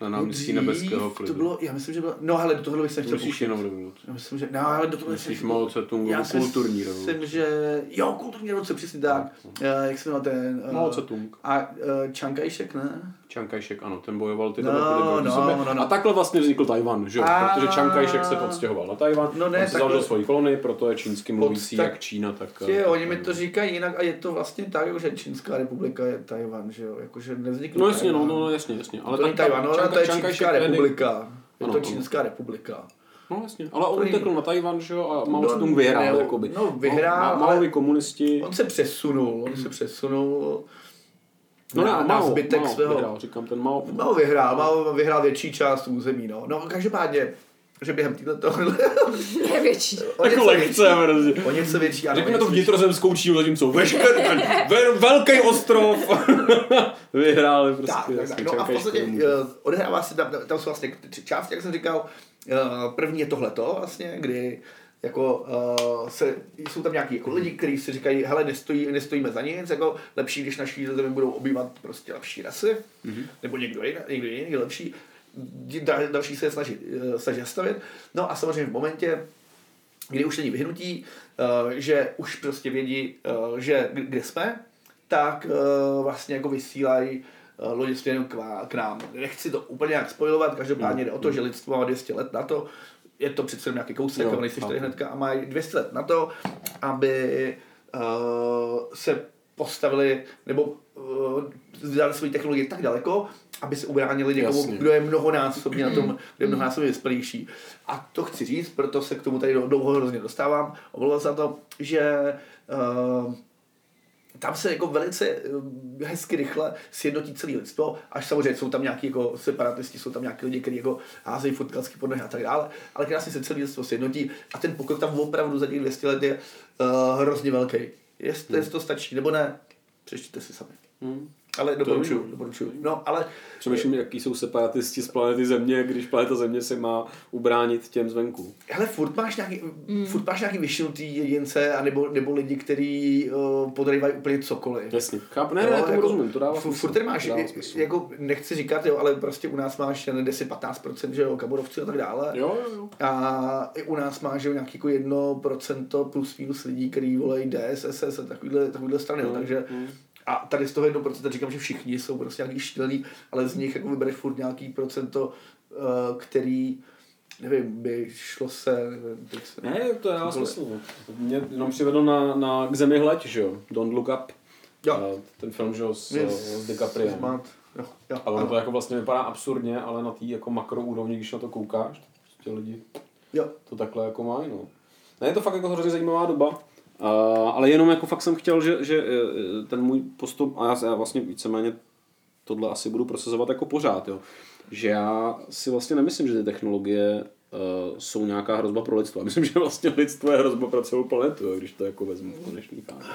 S6: Na náměstí
S2: No, Dřív
S6: nebeského
S2: To
S6: klidu.
S2: bylo, já myslím, že bylo, no ale do tohohle bych se chtěl
S6: Musíš
S2: pouštět.
S6: jenom revoluci.
S2: Já myslím, že, no ale do toho
S6: Myslíš Mao Tse-tungovu
S2: Já si
S6: kulturní
S2: myslím,
S6: revoluci.
S2: že, jo, kulturní revoluce, přesně tak. Eh, jak se jmenuje ten? eh,
S6: Mao Tse-tung.
S2: A eh, Chiang Kai-shek, ne?
S6: Chiang Kai-shek, ano, ten bojoval ty
S2: No,
S6: dva proti proti
S2: no,
S6: sobě.
S2: no, no.
S6: A takhle vlastně vznikl Tajvan, že? jo?
S2: A-
S6: Protože Chiang Kai-shek se podstěhoval na Tajvan,
S2: No
S6: no, ne,
S2: ne,
S6: tam si
S2: takhle-
S6: založil svoji kolonii, proto je čínsky mluvící
S2: Podsta-
S6: jak Čína, tak...
S2: Že
S6: tak-
S2: oni mi to říkají jinak a je to vlastně tak, že Čínská republika je Tajvan, že jo? Jakože nevznikl
S6: No jasně, no,
S2: Tajvan.
S6: no jasně, jasně. Ale
S2: to není Tajvan, no, ale to je
S6: Chiang Kai-shek
S2: Čínská
S6: tehdy-
S2: republika. Je
S6: Ano,
S2: to
S6: ano.
S2: Čínská republika.
S6: No jasně, ale on
S2: To není-
S6: utekl na Tajvan, že jo, a Mao
S2: No,
S6: se tomu vyhrál,
S2: ne,
S6: jakoby.
S2: no, vyhrál,
S6: Mao,
S2: ale- No,
S6: ale... komunisti,
S2: On se přesunul, on se přesunul
S6: no ne,
S2: na, na
S6: Mao,
S2: zbytek
S6: Mao
S2: svého.
S6: vyhrál, říkám, ten Mao,
S2: Mao vyhrál, Mao vyhrál větší část území, no. No každopádně, že během této [laughs] tohle...
S3: Je větší.
S2: o něco
S6: jako
S2: větší-
S6: lehce, prostě.
S2: O něco větší, ano.
S6: Řekněme
S2: o
S6: to
S2: něco větší.
S6: vnitrozemskou Čínu, zatímco [laughs] veškerý ten ve- velký ostrov [laughs] vyhráli prostě.
S2: Tak, tak, tak.
S6: jasně,
S2: No a
S6: Chiang Kai-shek
S2: v podstatě
S6: tomu.
S2: eh, odehrává se tam, tam jsou vlastně t- části, jak jsem říkal, eh, první je tohleto vlastně, kdy jako eh, se, jsou tam nějaký jako lidi, kteří si říkají, hele, nestojí, nestojíme za nic, jako lepší, když naší zemi budou obývat prostě lepší rasy, mm-hmm. nebo někdo jiný, někdo jiný lepší, da, další se je snaží, eh, snaží zastavit. No a samozřejmě v momentě, kdy už není vyhnutí, eh, že už prostě vědí, eh, že k- kde jsme, tak eh, vlastně jako vysílají eh, lodě směrem k, vá- k nám. Nechci to úplně nějak spojovat,
S6: Mm.
S2: každopádně jde o to, že lidstvo má 200 let na to, je to přece jenom nějaký kousek,
S6: Jo,
S2: ale nejsi tady
S6: chápu.
S2: hnedka, a mají 200 let na to, aby eh, se postavili, nebo eh, dali svoji technologii tak daleko, aby se ubránili někomu,
S6: Jasně.
S2: kdo je mnohonásobně na tom, kdo je mnohonásobně vyspělejší. A to chci říct, proto se k tomu tady dlouho hrozně dostávám, omlouvám se za to, že eh, tam se jako velice eh, hezky rychle sjednotí celý lidstvo, až samozřejmě jsou tam nějaký jako separatisti, jsou tam nějaký lidi, kteří jako házejí fotkalský podnohy a tak dále, ale krásně se celý lidstvo sjednotí a ten pokrok tam opravdu za těch 200 let je uh, hrozně velký. Jestli, jestli to stačí, nebo ne, přečtěte si sami. Ale doporučuju, doporučuju. No, ale
S1: Přemýšlím, jaký jsou separatisti z planety Země, když planeta Země se má ubránit těm zvenku.
S2: Hele, furt máš nějaký, mm. furt máš nějaký vyšinutý jedince, anebo, nebo lidi, kteří uh, podrývají úplně cokoliv.
S1: Jasně, chápu, ne, ne,
S2: Jo,
S1: tomu rozumím, to dává
S2: fu-
S1: smysl.
S2: Furt tady máš,
S1: To dává
S2: i-
S1: smysl.
S2: jako nechci říkat, jo, ale prostě u nás máš jen 10-15%, že jo, kaborovci a tak dále.
S1: Jo, jo, jo.
S2: A i u nás máš, že jo, nějaký jako 1% plus minus lidí, který volají DSSS a takovýhle, takovýhle strany, mm. takže a tady z toho 1% říkám, že všichni jsou prostě nějaký šílený, ale z nich jako vybereš furt nějaký procento, eh, který nevím, by šlo se, nevím, teď se...
S1: Ne, to dává smysl. no. Mě jenom přivedlo na, na k zemi hleď, že jo, Don't Look Up.
S2: Jo.
S1: A Ten film, že jo, s, s
S2: s
S1: DiCaprio.
S2: Matt. Jo, jo,
S1: Ale ono
S2: ano.
S1: to jako vlastně vypadá absurdně, ale na té jako makroúrovni, když na to koukáš, tak prostě lidi
S2: jo.
S1: to takhle jako mají, no. Ne, je to fakt jako hrozně zajímavá doba. Uh, ale jenom jako fakt jsem chtěl, že, že eh, ten můj postup, a já, se- já vlastně víceméně tohle asi budu procesovat jako pořád, jo. Že já si vlastně nemyslím, že ty technologie uh, jsou nějaká hrozba pro lidstvo. Já myslím, že vlastně lidstvo je hrozba pro celou planetu, jo, když to jako vezmu v konečný fázi.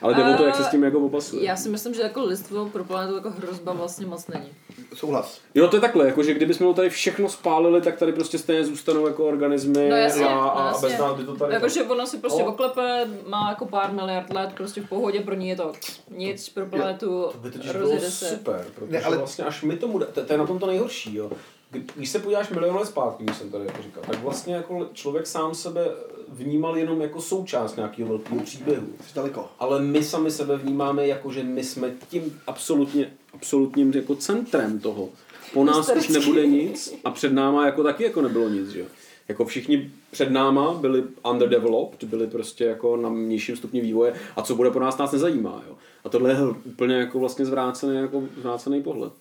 S1: Ale jde o to, jak se s tím jako popasuje.
S3: Já si myslím, že jako lidstvo pro planetu jako hrozba vlastně moc není.
S2: Souhlas.
S1: Jo, to je takhle, jako, jakože kdybychom tady všechno spálili, tak tady prostě stejně zůstanou jako organismy
S3: No jasně,
S1: a, a
S3: no jasně.
S1: bez nás by to tady...
S3: Jakože ono si prostě
S1: No.
S3: oklepe, má jako pár miliard let, prostě v pohodě, pro ní je to nic, pro planetu
S1: To by totiž bylo
S3: rozjede se.
S1: super, protože
S2: Ne,
S1: ne,
S2: ale-
S1: ale... vlastně až my tomu, to, to je na tom to nejhorší, jo. Kdy- Když se podíváš milion let zpátky, když jsem tady jako říkal, tak vlastně jako člověk sám sebe vnímal jenom jako součást nějakého velkého příběhu.
S2: Jsi daleko.
S1: Ale my sami sebe vnímáme jako, že my jsme tím absolutně, absolutním jako centrem toho. Po nás už
S3: Starčky.
S1: nebude nic a před náma jako taky jako nebylo nic, že jo. Jako všichni před náma byli underdeveloped, byli prostě jako na nižším stupni vývoje a co bude po nás, nás nezajímá, jo. A tohle je úplně jako vlastně zvrácený, jako zvrácený pohled.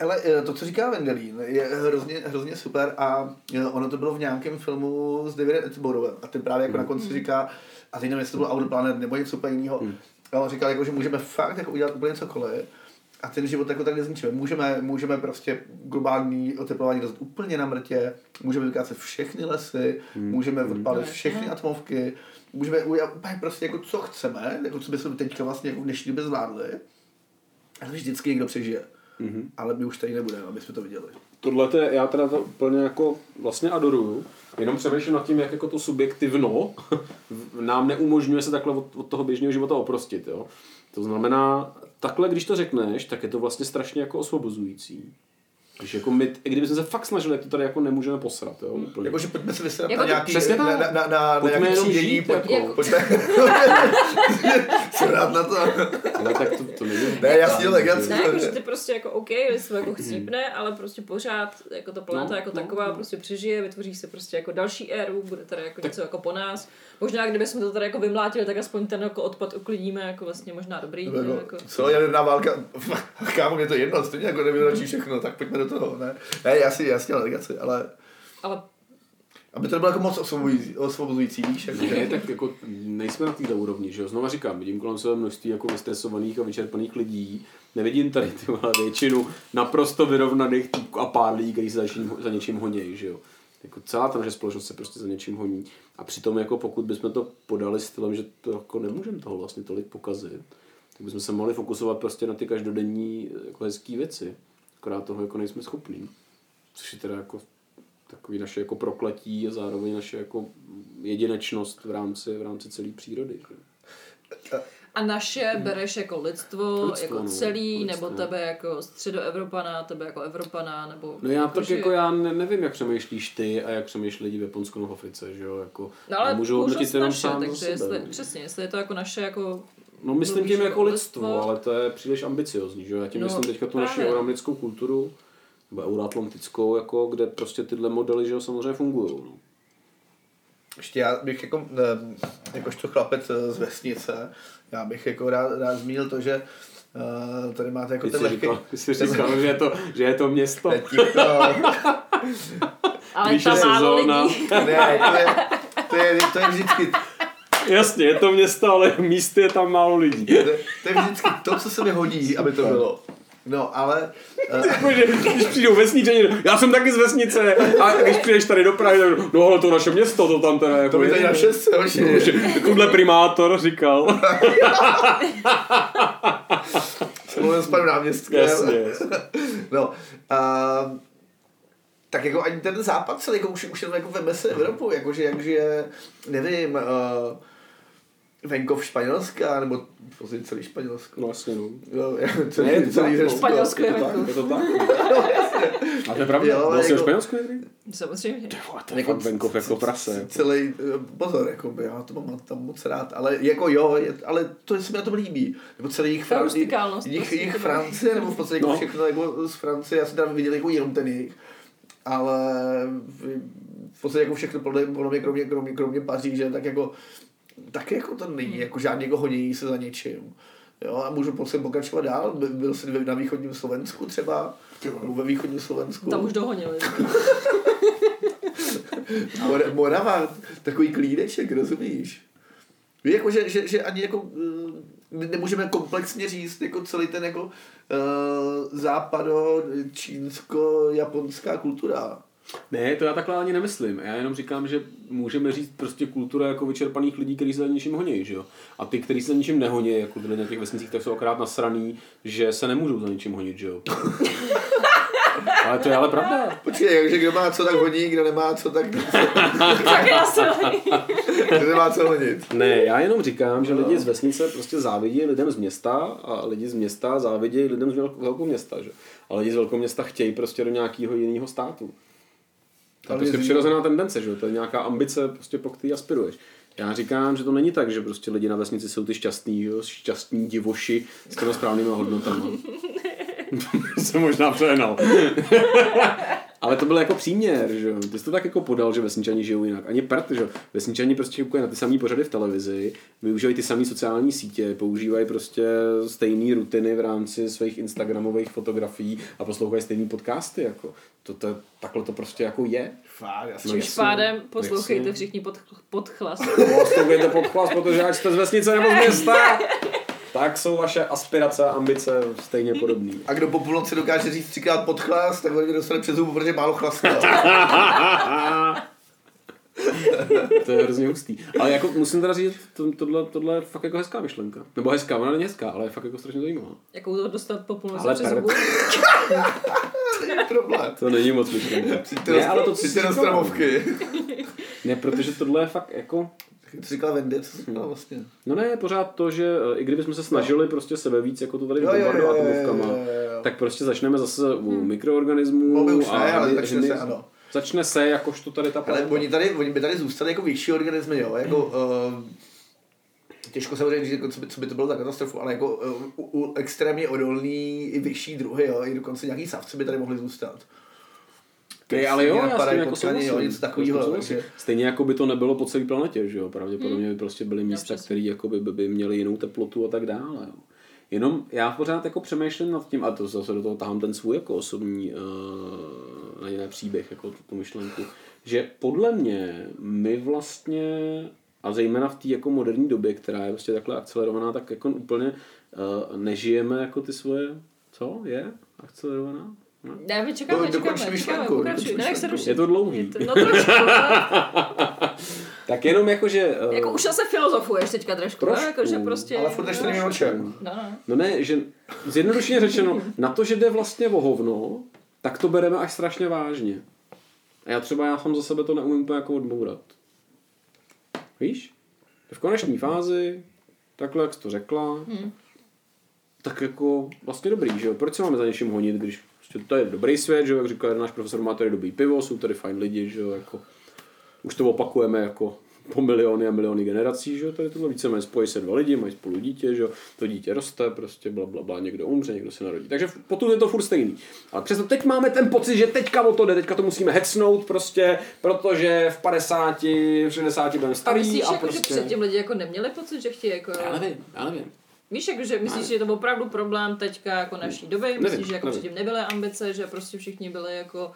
S2: Ale eh, to, co říká Vendelín, je hrozně, hrozně super a eh, ono to bylo v nějakém filmu s Davidem Attenboroughom a ten právě jako na konci říká, a teď nevím, jestli to byl Outer Planet nebo něco úplně jiného, a on říkal, jako, že můžeme fakt jako udělat úplně cokoliv a ten život jako tak nezničíme. Můžeme, můžeme prostě globální oteplování dostat úplně na mrtě, můžeme vykácet všechny lesy, můžeme odpálit všechny atmovky, můžeme udělat úplně prostě jako co chceme, jako co bychom teďka vlastně jako v dnešní době zvládli, ale vždycky někdo přežije. Mm-hmm. Ale my už tady nebudeme, aby jsme to viděli.
S1: Tohle to je, já teda to úplně jako vlastně adoruju, jenom přemýšlím nad tím, jak jako to subjektivno nám neumožňuje se takhle od, od toho běžného života oprostit, jo. To znamená, takhle, když to řekneš, tak je to vlastně strašně jako osvobozující. Když jako my, i kdybychom se fakt snažili, tak to tady jako nemůžeme posrat, jo, úplně.
S2: Jakože pojďme se vysrat
S3: Jako
S2: na
S3: to-
S2: nějaký,
S1: přesně
S2: na,
S1: tak.
S2: na, na, na, na
S1: Pojďme
S2: nějaký
S1: jenom
S2: třídění
S1: žít,
S2: pod,
S3: jako-
S2: pojďme. [laughs] Jsem rád na to.
S1: Ale tak to, to není.
S2: Ne, jasně, legrace.
S3: Ne, jako, že ty prostě jako OK, jestli jako chcípne, ale prostě pořád jako ta planeta
S1: Hmm. No,
S3: no, jako
S1: no,
S3: taková no. prostě přežije, vytvoří se prostě jako další éru, bude tady jako něco jako po nás. Možná kdyby jsme to tady jako vymlátili, tak aspoň ten jako odpad uklidíme, jako vlastně možná dobrý.
S2: To bylo-
S3: no, jako.
S2: Co, jaderná válka, [laughs] kámo, mě to jedno, stejně jako nevyračí všechno, tak pojďme do toho, ne? Ne, já si, já si dělám legraci, ale
S3: Ale
S2: aby to nebylo jako moc osvobozující, osvobozující víš, jako,
S1: Ne,
S2: že,
S1: tak jako nejsme na této úrovni, že jo? Znova říkám, vidím kolem sebe množství jako vystresovaných a vyčerpaných lidí. Nevidím tady ty vole, většinu naprosto vyrovnaných týpků a pár lidí, kteří se za něčím, za něčím honí, že jo? Jako celá ta naše společnost se prostě za něčím honí. A přitom jako pokud bychom to podali stylem, že to jako nemůžeme toho vlastně tolik pokazit, tak bychom se mohli fokusovat prostě na ty každodenní jako hezké věci. Akorát toho jako nejsme schopní. Což je teda jako takový naše jako prokletí a zároveň naše jako jedinečnost v rámci, v rámci celé přírody. Že?
S3: a naše bereš jako lidstvo,
S1: Lidstvo,
S3: jako
S1: no,
S3: celý,
S1: lidstvo.
S3: nebo tebe jako středoevropana, tebe jako evropana, nebo...
S1: No já tak
S3: jakože-
S1: jako já ne, nevím, jak přemýšlíš ty a jak přemýšlí lidi v Japonsku nebo v Africe, že jo? Jako,
S3: No ale
S1: já
S3: můžu hodnotit
S1: jenom
S3: naše,
S1: sám
S3: takže
S1: za sebe.
S3: jestli,
S1: no.
S3: přesně, jestli je to jako naše jako
S1: No myslím
S3: mluvíš
S1: tím jako
S3: o
S1: lidstvo,
S3: lidstvo.
S1: ale to je příliš ambiciozní, že jo? Já tím
S3: No,
S1: myslím teďka tu naši
S3: právě.
S1: euroamerickou kulturu, nebo euroatlantickou, jako, kde prostě tyhle modely, že jo, samozřejmě fungují. No.
S2: ještě já bych jako, em, jakožto chlapec eh, z vesnice, já bych jako rád, rád zmínil to, že eh, tady máte jako
S1: Ty
S2: ten
S1: jsi
S2: lehký...
S1: říkal, ty jsi říkal že, je to, že je to město.
S2: [laughs] Ne, no, ticho.
S3: Ale
S1: Když je
S3: tam málo
S1: sezóna.
S3: lidí.
S2: Ne, to je, to je, to je vždycky,
S1: Jasně, je to město, ale místy je tam málo lidí.
S2: to, je- to je vždycky to, co se mi hodí, aby to bylo. No, ale eh,
S1: Jakože, když přijdou vesničani, já jsem taky z vesnice, a když přijdeš tady do Prahy, tak, no ale to naše město, to tam teda jako
S2: to mi tady na šest se hodí.
S1: Tuhle primátor [laughs] říkal.
S2: Mluvím s panem náměstkem.
S1: Jasně.
S2: [laughs] No, a, tak jako ani ten západ se jako už, už jenom jako veme se Evropu, jakože jakže, nevím, uh, venkov Španělska, nebo později celý Španělsko.
S1: No jasně, no.
S2: Jo, [laughs] celý,
S1: Ne,
S2: celý
S1: tak, no.
S2: Řecko.
S3: Španělsko je venku.
S1: Je to tak?
S2: No, jasně.
S1: [laughs] A to je pravda.
S2: Jo, ale
S1: Byl jsi ve
S2: jako-
S1: Španělsku někdy?
S3: [laughs] Samozřejmě.
S1: To je fakt venkov jako prase.
S2: celý, eh, pozor, jako by, já to mám tam moc rád, ale jako jo, je, ale to se mi na tom líbí. Nebo celý jich,
S3: Ta rustikálnost
S2: jich,
S3: prostě.
S2: jich Francie, nebo v podstatě jako
S1: No.
S2: všechno jako z Francie, já jsem tam viděl jako jenom ten jejich, ale v- v podstatě jako všechno podle, podle mě, kromě, kromě, kromě Paříže, tak jako tak jako to není,
S3: Hmm.
S2: jako žádný jako honění se za něčím. Jo, a můžu prostě pokračovat dál. By- Byl jsem na východním Slovensku třeba, nebo ve východním Slovensku.
S3: Tam
S1: [laughs]
S3: už dohonili. [laughs]
S2: Mor- Morava, takový klídeček, rozumíš? Víš, jako, že, že, že ani jako, mm, ne- nemůžeme komplexně říct jako celý ten jako uh, západo, čínsko, japonská kultura.
S1: Ne, to já takhle ani nemyslím. Já jenom říkám, že můžeme říct prostě kultura jako vyčerpaných lidí, kteří se za něčím honí, že jo. A ty, kteří se za něčím nehoní, jako ty lidi na těch vesnicích, tak jsou akorát nasraný, že se nemůžou za něčím honit, že jo. ale to je ale pravda.
S2: Počkej, takže kdo má co, tak hodí, kdo nemá co, tak
S3: tak já jsem. [laughs]
S2: kdo nemá co hodit.
S1: Ne, já jenom říkám, že lidi z vesnice prostě závidí lidem z města a lidi z města závidí lidem z velk- velkého města, že? A lidi z velkého města chtějí prostě do nějakého jiného státu. To je
S2: Ale
S1: prostě
S2: je-
S1: přirozená tendence, že? jo? To je nějaká ambice, prostě, po který aspiruješ. Já říkám, že to není tak, že prostě lidi na vesnici jsou ty šťastní, jo? šťastní divoši s těmi správnými [laughs] hodnotami. Jsem možná přehnal. Ale to byl jako příměr, že jo. Ty jsi to tak jako podal, že vesničani žijou jinak. Ani prd, že jo. Vesničani prostě koukají na ty samé pořady v televizi, využívají ty samé sociální sítě, používají prostě stejné rutiny v rámci svých Instagramových fotografií a poslouchají stejné podcasty, jako. To, to, takhle to prostě jako je.
S2: Fát, já
S1: No,
S2: jsem
S3: Už pádem poslouchejte
S1: Jasně.
S3: všichni pod, pod chlas.
S1: Poslouchejte podcast, protože ať jste z vesnice nebo z města, tak jsou vaše aspirace a ambice stejně podobné.
S2: a kdo po půlnoci dokáže říct třikrát pod chlas, tak hodně dostane přes zubu, protože málo chlasta.
S1: To je hrozně hustý. Ale jako musím teda říct, to, tohle, tohle je fakt jako hezká myšlenka. Nebo hezká, ona není hezká, ale je fakt jako strašně zajímavá.
S3: Jakou to dostat po půlnoci
S1: Ale
S3: přes
S1: per-
S3: hubu?
S2: Není problém.
S1: To není moc myšlenka.
S2: [laughs] Přijďte
S1: Ne, ale
S2: do-
S1: to, co jsi
S2: Přijďte do
S1: říkala.
S2: stromovky.
S1: Ne, protože tohle je fakt jako...
S2: To říkala Wendy, co říkala vlastně.
S1: No ne, pořád to, že eh, i kdybychom se snažili prostě sebe víc, jako to tady
S2: Jo, jo, jo,
S1: bombardovat
S2: jo, jo,
S1: atomovkama,
S2: jo, jo, jo.
S1: tak prostě začneme zase u mikroorganismů.
S2: No, by už
S1: a
S2: ne, ale
S1: hny-
S2: začne se,
S1: hny-
S2: ano.
S1: Začne se, jakožto tady ta
S2: Ale
S1: planeta.
S2: oni tady, oni by tady zůstali jako vyšší organismy, jo, jako...
S1: Mm.
S2: Uh, těžko samozřejmě říct, jako, co, by, co by to bylo za katastrofu, ale jako eh, u, u extrémně odolný i vyšší druhy, jo, i dokonce nějaký savci by tady mohli zůstat.
S1: Ne, ale jo,
S2: Mě
S1: já s
S2: napadají
S1: tím jako
S2: potkání,
S1: souhlasím.
S2: jo, něco
S1: s tím
S2: takovýho,
S1: souhlasím.
S2: takže-
S1: Stejně jako by to nebylo po celé planetě, že jo? Pravděpodobně by prostě byly místa,
S3: přesně.
S1: které jako by, by měly jinou teplotu a tak dále. Jo. Jenom já pořád jako přemýšlím nad tím, a to zase do toho tahám ten svůj jako osobní uh, jiný příběh, jako tu, tu myšlenku, že podle mě my vlastně a zejména v té jako moderní době, která je prostě takhle akcelerovaná, tak jako úplně uh, nežijeme jako ty svoje, co je akcelerovaná? Ne?
S3: Ne, my čekáme,
S2: No, dokončí
S3: čekáme, čekáme,
S2: myšlenku, dokončí
S3: pokračuj. Ne, jak se
S2: myšlenku.
S3: ruší.
S1: Je to dlouhý.
S3: to- No trošku, ale
S1: Tak jenom jako, že... eh,
S3: jako už zase filozofuješ teďka trošku,
S1: Trošku,
S3: ne? jako, že prostě...
S2: Ale furt ještě nevím o čem.
S3: No, no.
S1: No ne, že zjednodušeně řečeno, na to, že jde vlastně o hovno, tak to bereme až strašně vážně. A já třeba já sám za sebe to neumím úplně jako odbourat. Víš? V koneční fázi, takhle jak jsi to řekla, hmm. tak jako vlastně dobrý, že jo? Proč se máme za něčím honit, když prostě to je dobrý svět, že jo? Jak říká jeden náš profesor, má tady dobrý pivo, jsou tady fajn lidi, že jo? Jako, už to opakujeme jako po miliony a miliony generací, že jo, tady tohle víceméně spojí se dva lidi, mají spolu dítě, že jo, to dítě roste, prostě bla, bla, bla, někdo umře, někdo se narodí. Takže potom je to furt stejný. Ale přesto teď máme ten pocit, že teďka o to jde, teďka to musíme hecnout prostě, protože v 50, v 60 budeme
S3: A
S1: starý
S3: myslíš,
S1: a
S3: jako,
S1: prostě...
S3: že předtím lidi jako neměli pocit, že chtějí jako...
S1: Já nevím, já nevím.
S3: Víš, jako, že myslíš, že je to byl opravdu problém teďka jako naší doby? Myslíš,
S1: nevím,
S3: že jako
S1: nevím.
S3: předtím nebyly ambice, že prostě všichni byli jako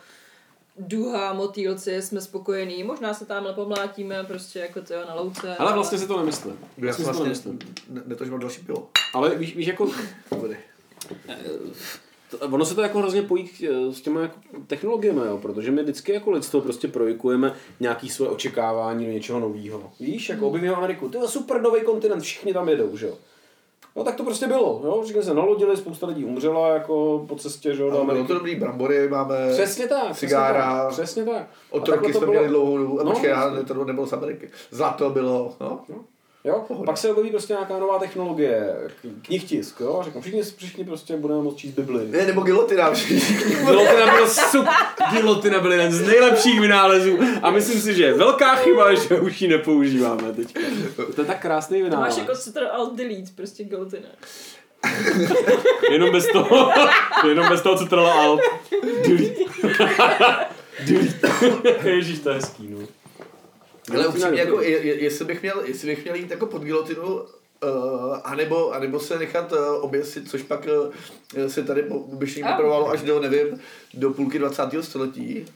S3: duha, motýlci, jsme spokojení, možná se tamhle pomlátíme, prostě jako to na louce.
S1: Ale vlastně si to nemyslím.
S2: Já
S1: Vlastně si to
S2: jsem vlastně
S1: nemyslím.
S2: ne- netočil další pivo.
S1: Ale víš, víš jako,
S2: Vody.
S1: To- Eh, Ono se to jako hrozně pojí eh, s těma jako technologiemi, jo, protože my vždycky jako lidstvo prostě projikujeme nějaký svoje očekávání do něčeho nového. Víš, jako objevíme Ameriku, to je super nový kontinent, všichni tam jedou, že jo. No tak to prostě bylo, jo, všichni se nalodili, spousta lidí umřela jako po cestě, že jo, do
S2: Ale bylo
S1: Ameriky.
S2: to dobrý, brambory máme.
S1: Přesně tak,
S2: Cigára.
S1: přesně tak. Přesně tak. A takhle
S2: Otroky
S1: to
S2: jsme
S1: bylo.
S2: měli dlouhou dobu.
S1: No,
S2: No, počkej, já, to nebylo z Ameriky. Zlato bylo, no.
S1: Jo? Pak se objeví prostě nějaká nová technologie, k- knihtisk, jo, a řeknu, všichni, všichni prostě budeme moct číst Bibli.
S2: Ne, nebo gilotina
S1: [laughs]
S2: všichni.
S1: Gilotina byl super. Gilotina byl jeden z nejlepších vynálezů a myslím si, že je velká chyba, že už ji nepoužíváme teď. To je tak krásný
S3: To
S1: vynález.
S3: máš jako ctrl alt delete, prostě guillotina.
S1: Jenom bez toho, jenom bez toho, co trvalo alt. Delete. Delete. Ježíš, to je hezký, no.
S2: Ale upřímně, jako, je, je- jestli, bych měl, jestli bych měl jít jako pod gilotinu, Uh, anebo, anebo se nechat uh, oběsit, což pak uh, se tady po obyšení
S3: Au.
S2: potrvalo až do, nevím, do půlky 20. století.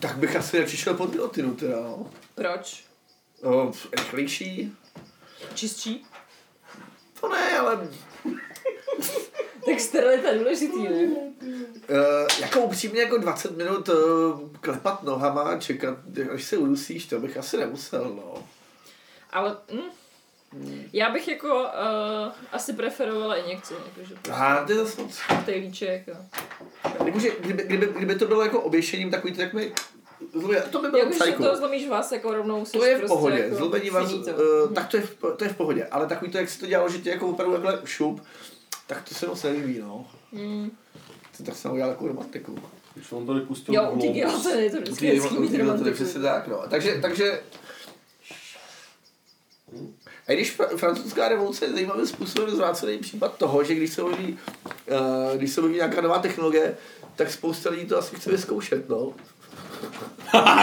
S2: Tak bych asi nepřišel pod gilotinu teda, no.
S3: Proč?
S2: Uh, rychlejší?
S3: Čistší?
S2: To ne, ale
S3: Tak sterilita je důležitý, ne?
S2: Uh, jako upřímně jako 20 minut uh, klepat nohama a čekat, až se udusíš, to bych asi nemusel, no.
S3: Ale hm. Já bych jako uh, asi preferovala injekci, jakože
S2: A to je zase moc.
S3: koktejlíček. a-
S2: Jakože, Jako, kdyby, kdyby, kdyby, to bylo jako oběšením takový, tak mi... Zlobě, to by bylo
S3: Jak už do
S2: psycho.
S3: toho zlomíš vás, jako rovnou jsi
S2: To je v
S3: prostě
S2: pohodě,
S3: jako
S2: zlobení vás,
S3: finito.
S2: uh, tak to je, v, po- to je v pohodě, ale takový to, jak se to dělalo, že tě jako opravdu takhle šup, tak to se moc nelíbí, no.
S3: Mm.
S2: To tak jsem udělal jako romantiku.
S5: Už vám tady pustil
S3: Jo, u těch
S5: Globus.
S3: gilotin je to vždycky hezký mít romantiku.
S2: Takže tak, no. Takže, takže... A i když fra- francouzská revoluce je zajímavým způsobem zvrácený případ toho, že když se objeví, uh, když se objeví nějaká nová technologie, tak spousta lidí to asi chce vyzkoušet, no.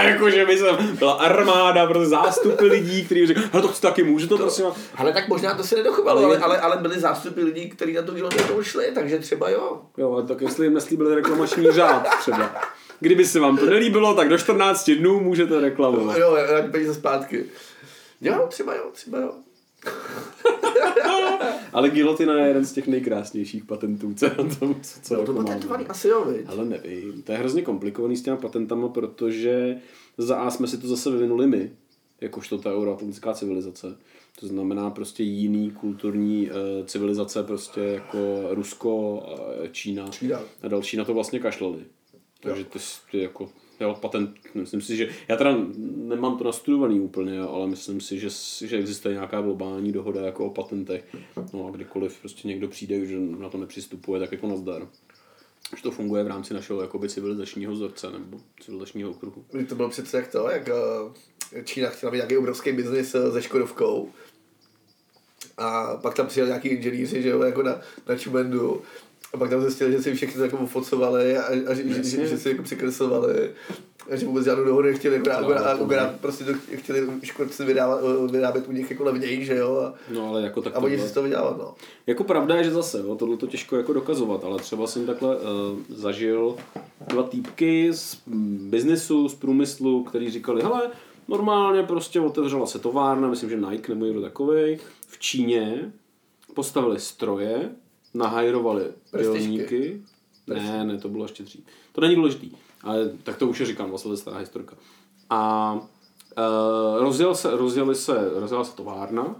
S1: Jakože by jsem byla armáda, prostě zástupy lidí, kteří řekli, hele to chci taky, může to prosím vás?"
S2: Ale tak možná to se nedochovalo, ale, ale, ale byly zástupy lidí, kteří na to gilotinu šli, takže třeba jo.
S1: Jo, ale tak jestli jim neslíbil reklamační řád třeba. Kdyby se vám to nelíbilo, tak do 14 dnů můžete reklamovat.
S2: Jo, vrať peníze zpátky. Jo, třeba jo, třeba jo.
S7: Ale gilotina je jeden z těch nejkrásnějších patentů, co na tom, co, co
S2: No, to
S7: jako
S2: byl
S7: mám.
S2: ten tvaný asi jo, viď?
S7: Ale nevím, to je hrozně komplikovaný s těma patentama, protože za A jsme si to zase vyvinuli my, jakožto ta euroatlantická civilizace. To znamená prostě jiný kulturní eh, civilizace, prostě jako Rusko, eh, Čína,
S2: Čína.
S7: a další na to vlastně kašlali. Takže ty, s- ty jako, jo, patent, myslím si, že, já teda nemám to nastudovaný úplně, jo, ale myslím si, že, s- že existuje nějaká globální dohoda jako o patentech. No a kdykoliv prostě někdo přijde, že na to nepřistupuje, tak jako nazdar že to funguje v rámci našeho jakoby civilizačního vzorce nebo civilizačního okruhu.
S2: Vždyť To bylo přece jak to, jak eh, Čína chtěla mít nějaký obrovský biznis eh, se Škodovkou. A pak tam přijel nějaký inženýři, že jo, jako na, na Čumendu. A pak tam zjistili, že si všechny jako ofocovali a, a že, že, že, že, si jako přikreslovali. A že vůbec žádnou dohodu nechtěli, jako a, a, a, a prostě to chtěli škodci vydávat, vyrábět u nich jako levněji, že jo. A,
S7: No ale jako tak
S2: a oni
S7: tohle,
S2: si to vydávat, no.
S7: Jako pravda je, že zase, jo, tohle to těžko jako dokazovat, ale třeba jsem takhle uh, zažil dva týpky z mm, biznesu, z průmyslu, který říkali, hele, normálně prostě otevřela se továrna, myslím, že Nike nebo někdo takovej, v Číně postavili stroje, nahajrovali
S2: Prestižky.
S7: dělníky. Ne, ne, to bylo ještě dřív. To není důležitý, ale tak to už je říkám, vlastně to je stará historka. A uh, rozjel se, rozjeli se, rozjela se továrna,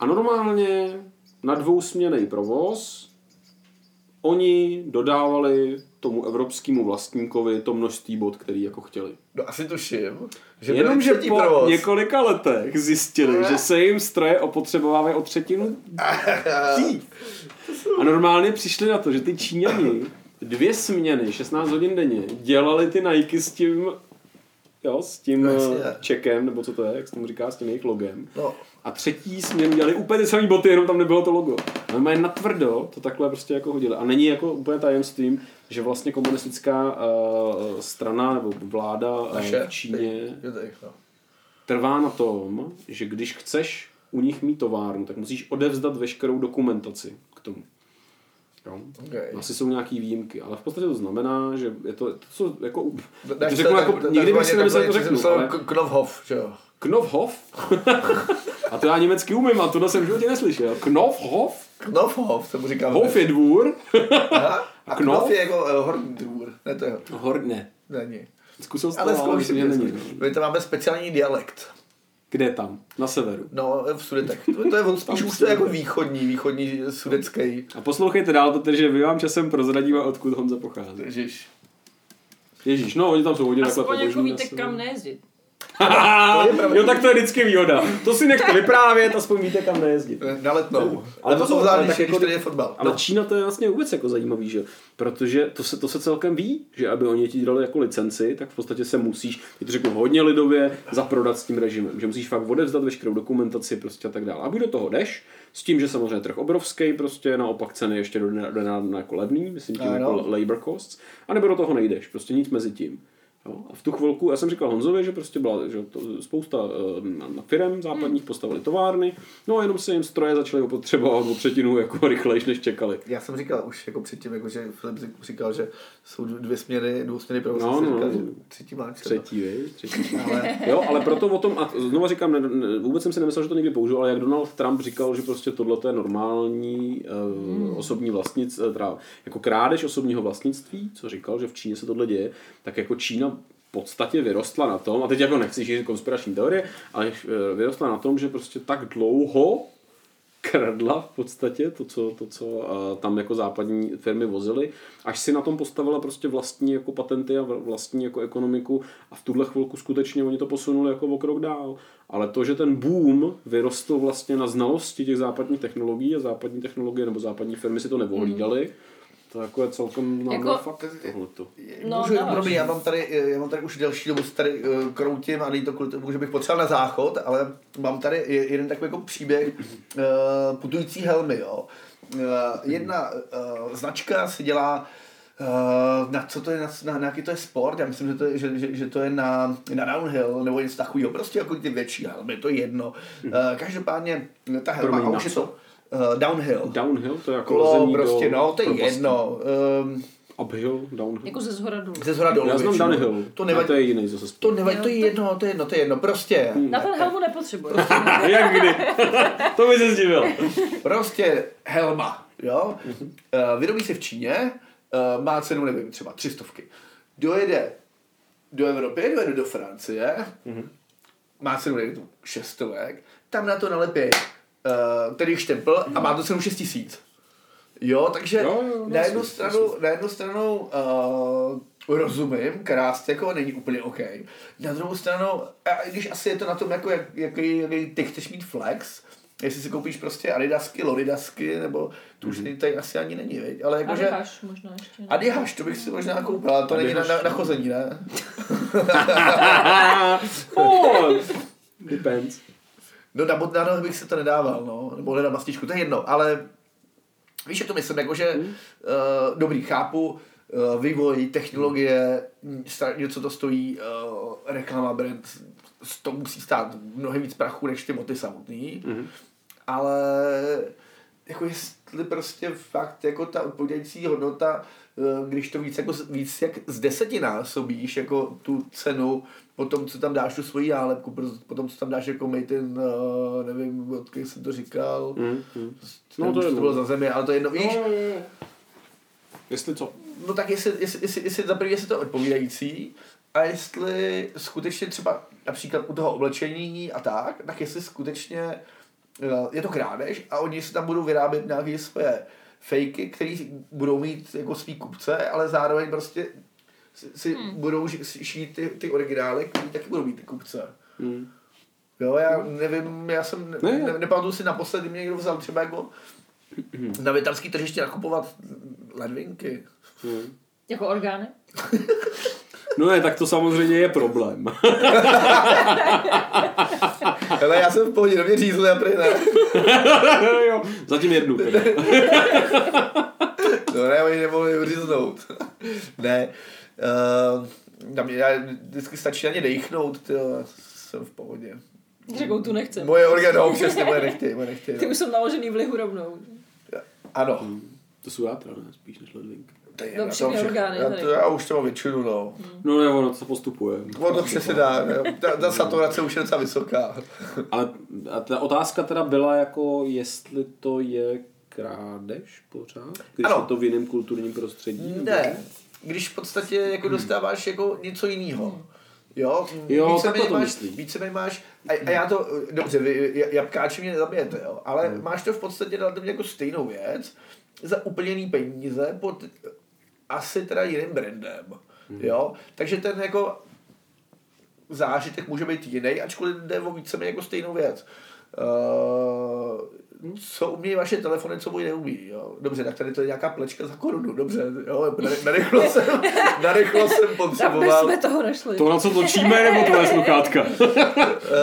S7: a normálně na dvousměný provoz oni dodávali tomu evropskému vlastníkovi to množství bod, který jako chtěli.
S2: No asi tuším, že
S7: Jenomže
S2: byli
S7: po
S2: provoz.
S7: několika letech zjistili, že se jim stroje opotřebovávají o třetinu dřív. A normálně přišli na to, že ty Číňani dvě směny, 16 hodin denně, dělali ty Nike s tím, jo, s tím
S2: No,
S7: no,
S2: jasně.
S7: čekem, nebo co to je, jak se tomu říká, s tím jejich logem.
S2: No,
S7: A třetí směn dělali úplně ty samé boty, jenom tam nebylo to logo. Normálně natvrdo to takhle prostě jako hodili. A není jako úplně tajemstvím, že vlastně komunistická uh, strana nebo vláda uh,
S2: naše.
S7: v Číně
S2: Jo, tak, no.
S7: trvá na tom, že když chceš u nich mít továrnu, tak musíš odevzdat veškerou dokumentaci k tomu. Jo?
S2: Okay.
S7: Asi jsou nějaký výjimky, ale v podstatě to znamená, že je to, to jsou jako,
S2: Dáš
S7: to řeknu,
S2: to-
S7: jako
S2: tak-
S7: nikdy bych
S2: takzvaně-
S7: si nemyslel,
S2: takzvaně,
S7: že
S2: co
S7: to řeknu,
S2: jsem psal,
S7: ale...
S2: K- Knopfhof, že jo.
S7: Knofhof? [laughs] a to já německy umím a to jsem v životě neslyšel. Knofhof?
S2: Knopfhof, to mu říkáme.
S7: Hof je dvůr?
S2: Aha. A
S7: Knopf?
S2: Knopf je jako uh, horní dvůr. Ne, to je
S7: Horně.
S2: není.
S7: Zkusil jsi
S2: Ale
S7: to, ale
S2: zkouš
S7: No, myslím,
S2: si
S7: že
S2: to.
S7: není. no.
S2: My tam máme speciální dialekt.
S7: Kde tam? Na severu.
S2: No, v Sudetech. To, to je spíš už to je jako východní, východní sudecký.
S7: A poslouchejte dál, protože vy vám časem prozradíme, odkud Honza pochází.
S2: Ježiš.
S7: Ježíš, no, oni tam jsou hodně takhle
S3: Aspoň jako
S2: no.
S7: pobožní na
S3: víte,
S7: severu.
S3: kam nejezdit.
S7: Haha,
S2: To je pravda.
S7: Jo, tak to je vždycky výhoda. To si nechte vyprávět, aspoň víte, kam nejezdit.
S2: Na letnou.
S7: Ale
S2: Ale
S7: to
S2: to
S7: jsou-
S2: jsou
S7: ale tak
S2: záleží,
S7: jako-
S2: když tady je fotbal.
S7: Ale Čína to je vlastně vůbec jako zajímavý, že? jo? Protože to se, to se celkem ví, že aby oni ti dali jako licenci, tak v podstatě se musíš, teď to řeknu hodně lidově, zaprodat s tím režimem. Že musíš fakt odevzdat veškerou dokumentaci prostě a tak dále. A buď do toho jdeš, s tím, že samozřejmě trh obrovský, prostě naopak ceny ještě do na jako levný, myslím tím
S2: Ano.
S7: jako labor costs, anebo do toho nejdeš, prostě nic mezi tím. Jo? A v tu chvilku, já jsem říkal Honzovi, že prostě byla že to, spousta uh, firm západních postavili továrny, no a jenom se jim stroje začaly opotřebovat o třetinu jako rychlejš, než čekali.
S2: Já jsem říkal už jako předtím, jako že Filip říkal, že jsou dvě směny, dvou směny pro no,
S7: No, no.
S2: říkal, že třetí má čtyři.
S7: Třetí, vej? Třetí.
S2: No. [laughs] Ale
S7: Jo, ale proto o tom, a znovu říkám, ne, ne, vůbec jsem si nemyslel, že to někdy použil, ale jak Donald Trump říkal, že prostě tohle je normální uh,
S2: Hmm.
S7: osobní vlastnictví, teda jako krádež osobního vlastnictví, co říkal, že v Číně se tohle děje, tak jako Čína v podstatě vyrostla na tom, a teď jako nechci šířit konspirační teorie, ale eh, vyrostla na tom, že prostě tak dlouho kradla v podstatě to, co, to, co eh, tam jako západní firmy vozily, až si na tom postavila prostě vlastní jako patenty a vl- vlastní jako ekonomiku a v tuhle chvilku skutečně oni to posunuli jako o krok dál. Ale to, že ten boom vyrostl vlastně na znalosti těch západních technologií a západní technologie nebo západní firmy si to nevohlídali, to jako je celkem známý
S3: Jako-
S7: fakt tohleto.
S3: No,
S2: No, Můžu,
S3: dáváš.
S2: promiň, já mám tady, eh, já mám tady už delší dobu se tady eh, kroutím a není to kvůli tomu, že bych potřeboval na záchod, ale mám tady je- jeden takový jako příběh eh, putující helmy, jo. Eh, Jedna eh, značka si dělá eh, na co to je, na, na, na jaký to je sport, já myslím, že to je, že, že, že to je na, na downhill nebo něco takového, prostě jako ty větší helmy, to je jedno. Eh, Každopádně ta helma,
S7: Promiň,
S2: a
S7: na
S2: už je
S7: co?
S2: to eh, downhill
S7: Downhill, to je jako
S2: kolo No,
S7: lezení
S2: prostě,
S7: do,
S2: no, to je
S7: propasti.
S2: jedno. Um,
S7: Uphill, downhill.
S3: Jako ze zhora dolů.
S2: Ze zhora dolů.
S7: Já znám
S2: většinou.
S7: downhill.
S2: To
S7: A
S2: nevadí.
S7: to je Hmm. jiný zase.
S2: To
S7: sport.
S2: nevadí,
S3: Jo,
S2: to je
S3: to-
S2: jedno, to je jedno, to je jedno. Prostě,
S3: Na ten helmu nepotřebuje.
S7: [laughs] Jak
S2: [laughs]
S7: kdy? to by se zdivil.
S2: prostě helma, jo.
S7: Mhm.
S2: Eh, Vyrobí se v Číně, eh, má cenu, nevím, třeba třistovky. Dojede do Evropy, dojede do Francie,
S7: Mhm.
S2: má cenu, nevím, šestovek, tam na to nalepí eh, tedy štempel a má to cenu šest tisíc. Jo, takže
S7: Jo, jo, no,
S2: na, jednu
S7: jasně,
S2: stranu, na jednu stranu uh, rozumím, krásně, jako není úplně OK. Na druhou stranu, a i když asi je to na tom, jako jak, jaký, jaký ty chceš mít flex, jestli si koupíš prostě Adidasky, Loridasky, nebo to už mm-hmm. tady asi ani není, viď? ale
S3: A
S2: jakože...
S3: necháš možná ještě. ne?
S2: Adihaš, to bych si možná koupil, ale to není na, na, na chození, ne?
S7: Oh, depends.
S2: No na, bod- na nohy bych se to nedával, no. Nebo hledám mastičku, to je jedno, ale víš, jak to myslím, jako že hmm. uh, dobrý, chápu, uh, vývoj, technologie, mm, stra- něco to stojí, uh, reklama, brand, s- to musí stát mnohem víc prachu, než ty moty samotný, hmm. ale jako jestli prostě fakt jako ta odpovědající hodnota, eh, když to víc, jako, z- víc jak z desetinásobíš jako tu cenu po tom, co tam dáš tu svoji nálepku, pro- po tom, co tam dáš jako made in, eh, nevím, odkud jsem to říkal, mm, mm.
S7: No,
S2: No,
S7: to
S2: to,
S7: je
S2: to bylo za zemi, ale to je jedno, víš,
S7: Jestli co?
S2: no tak jestli, jestli, jestli, jestli za prvé jestli to je odpovídající a jestli skutečně třeba například u toho oblečení a tak, tak jestli skutečně eh, je to krádež a oni si tam budou vyrábět nějaké své fejky, které budou mít jako svý kupce, ale zároveň prostě si, si hmm. budou ži- si šít ty, ty originály, které taky budou mít ty kupce.
S7: Hmm.
S2: Jo, já nevím, já jsem, ne,
S7: Ne.
S2: ne, nepamatuju si naposledy, kdy mě někdo vzal třeba jako na větnamský tržiště nakupovat ledvinky.
S3: Jako orgány?
S7: No ne, tak to samozřejmě je problém. [laughs]
S2: Ale já jsem v pohodě, do mě řízli a prý ne.
S7: jo, zatím jednu. Teda.
S2: No ne, oni nemohli říznout. ne. Uh, na mě, já vždycky stačí na ně dejchnout, tyjo, já jsem v pohodě.
S3: Řekou, tu nechcem.
S2: Moje orgány, no přesně, moje nechtějí, moje nechtějí.
S3: Ty už jsem naložený v lihu rovnou.
S2: Ano.
S7: To jsou játra, ne? Spíš než ledvink.
S2: To je,
S3: No,
S2: já to
S3: všechny
S2: všechno-
S3: orgány
S2: já,
S3: tady. Hmm.
S2: to, já už to mám většinu, no.
S7: No ne, ono to postupuje.
S2: Ono přesně dá, jo. ta, ta saturace už je docela vysoká.
S7: Ale a ta otázka teda byla jako, jestli to je krádež pořád? Když
S2: Ano.
S7: je to v jiném kulturním prostředí? nebo-
S2: Ne, když v podstatě jako dostáváš jako něco jiného. Jo,
S7: Hmm. Jo,
S2: víceméně
S7: takhle to
S2: máš,
S7: myslí.
S2: víceméně máš, a, a, já to, dobře, vy, j- jabkáči mě nezabijete, jo, ale
S7: Hmm.
S2: máš to v podstatě relativně jako stejnou věc za úplně jiný peníze pod asi teda jiným brandem,
S7: Hmm.
S2: jo, takže ten jako zážitek může být jiný, ačkoliv jde o víceméně jako stejnou věc. Uh, co umějí vaše telefony, co můj neumí. Jo? Dobře, tak tady to je nějaká plečka za korunu. Dobře, jo, nare- narychlo jsem, narychlo jsem
S3: Tam my
S2: potřeboval.
S3: jsme toho našli.
S7: To, na co točíme, nebo
S2: [laughs]
S7: tvoje sluchátka?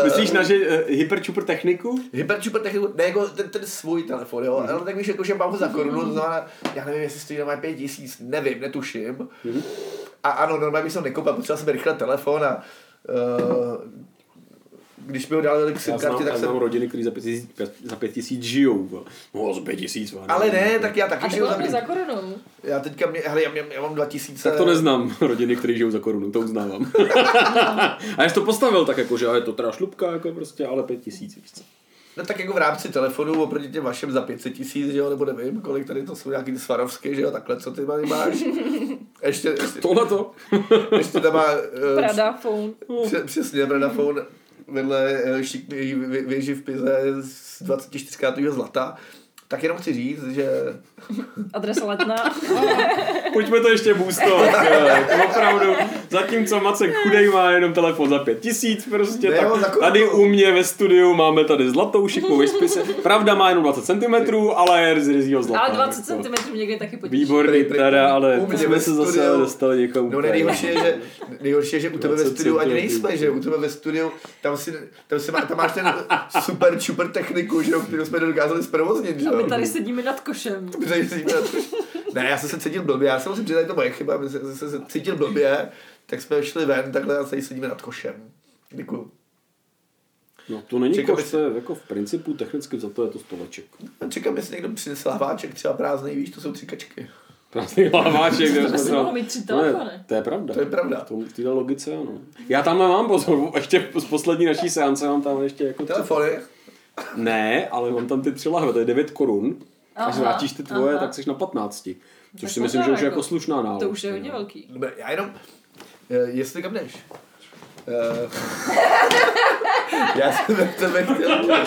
S7: Myslíš naše uh, hyperčuper techniku?
S2: Hyperčuper techniku, ne jako ten, ten svůj telefon, jo, ale tak víš, jako, že mám ho za korunu, to znamená, já nevím, jestli stojí normálně pět tisíc, nevím, netuším. A ano, normálně bych se ho nekoupil, potřeboval jsem rychle telefon a uh, když mi ho dali k SIM
S7: Já
S2: kartě,
S7: znám,
S2: tak
S7: já
S2: jsem...
S7: znám rodiny, které za pět tisíc, za pět tisíc žijou. vole. No, za pět tisíc. vole,
S2: Ale ne,
S7: nevím.
S2: tak já
S3: A
S2: taky
S3: ty
S2: žiju za
S3: bylo
S2: mě.
S3: za korunou.
S2: Já teďka mě, hele, já, mě, já mám 2000.
S7: Tak to neznám, [laughs] rodiny, které žijou za korunu,
S2: [laughs]
S7: to uznávám. a já jsem to postavil tak jako, že a je to teda šlupka, jako prostě, ale pět tisíc, víš co.
S2: No tak jako v rámci telefonu oproti těm vašem za 500 tisíc, že jo, nebo nevím, kolik tady to jsou nějaký ty svarovské, že jo, takhle, co ty tady
S7: [laughs]
S2: máš. Ještě, ještě,
S7: Tohle to.
S2: ještě tam má... eh,
S3: Prada, phone.
S2: Pře- přesně, Bradafone vedle eh, šikmý vě- věži v Pize z 24 karátového zlata. Tak jenom chci říct, že
S3: Adresa
S2: [laughs]
S3: letná.
S7: Pojďme to ještě boostovat. eh, Opravdu, zatímco Macek chudej má jenom telefon za pět tisíc prostě,
S2: Ne, on za
S7: tak
S2: korunu.
S7: tady u mě ve studiu máme tady zlatou šikmu ve spise.
S2: [laughs]
S7: Pravda má jenom 20 cm, ale je z rizího zlata.
S3: Ale 20
S7: tak to-
S3: cm někde taky potíž.
S7: Výborný
S2: Prý- prý-
S7: teda, ale
S2: u
S7: to
S2: mě
S7: jsme
S2: ve
S7: se zase
S2: studiu-
S7: dostali někam
S2: no, ne,
S7: úplně.
S2: nejhorší, je, že, nejhorší je, že u tebe ve
S7: 20
S2: studiu ani
S7: centimetrů.
S2: nejsme, že u tebe ve studiu, tam, si, tam, si má, tam máš ten super čuper techniku, že jo, kterou jsme nedokázali zprovoznit, že
S3: A
S2: jo.
S3: my No, tady sedíme nad košem.
S2: Protože jsem měl- ne, já jsem se cítil blbě, já jsem musím přiznat, je to moje chyba, já jsem se cítil blbě, tak jsme šli ven, takhle a tady sedíme nad košem. Děkuju.
S7: No to není
S2: Čekám,
S7: koš,
S2: jestli-
S7: to je jako v principu technicky za to je to stoleček.
S2: A čekám, jestli někdo přinesl hláček, třeba prázdný, víš, to jsou tři kačky.
S1: Krásný láváček, kde
S3: To
S1: jsme
S3: si mohl mít tři telefony.
S1: To je pravda.
S2: To je pravda.
S1: V tom- V této logice, ano. Já tamhle mám pozor, [laughs] ještě z poslední naší seance mám tam ještě jako... tři-
S2: Telefony.
S1: Ne, ale mám tam ty tři lahve, to je 9 korun. Až
S3: Aha,
S1: vrátíš ty tvoje,
S3: aha.
S1: tak jsi na 15. Což
S3: Tak
S1: si myslím,
S3: pozor,
S1: že už je
S3: jako-
S1: jako slušná No. nálož.
S3: To už
S2: vlastně
S3: je
S1: jo.
S2: no.
S3: hodně velký.
S2: Dobré, já jenom, eh, jestli kam jdeš? Eh, [laughs] já jsem na tebe chtěl.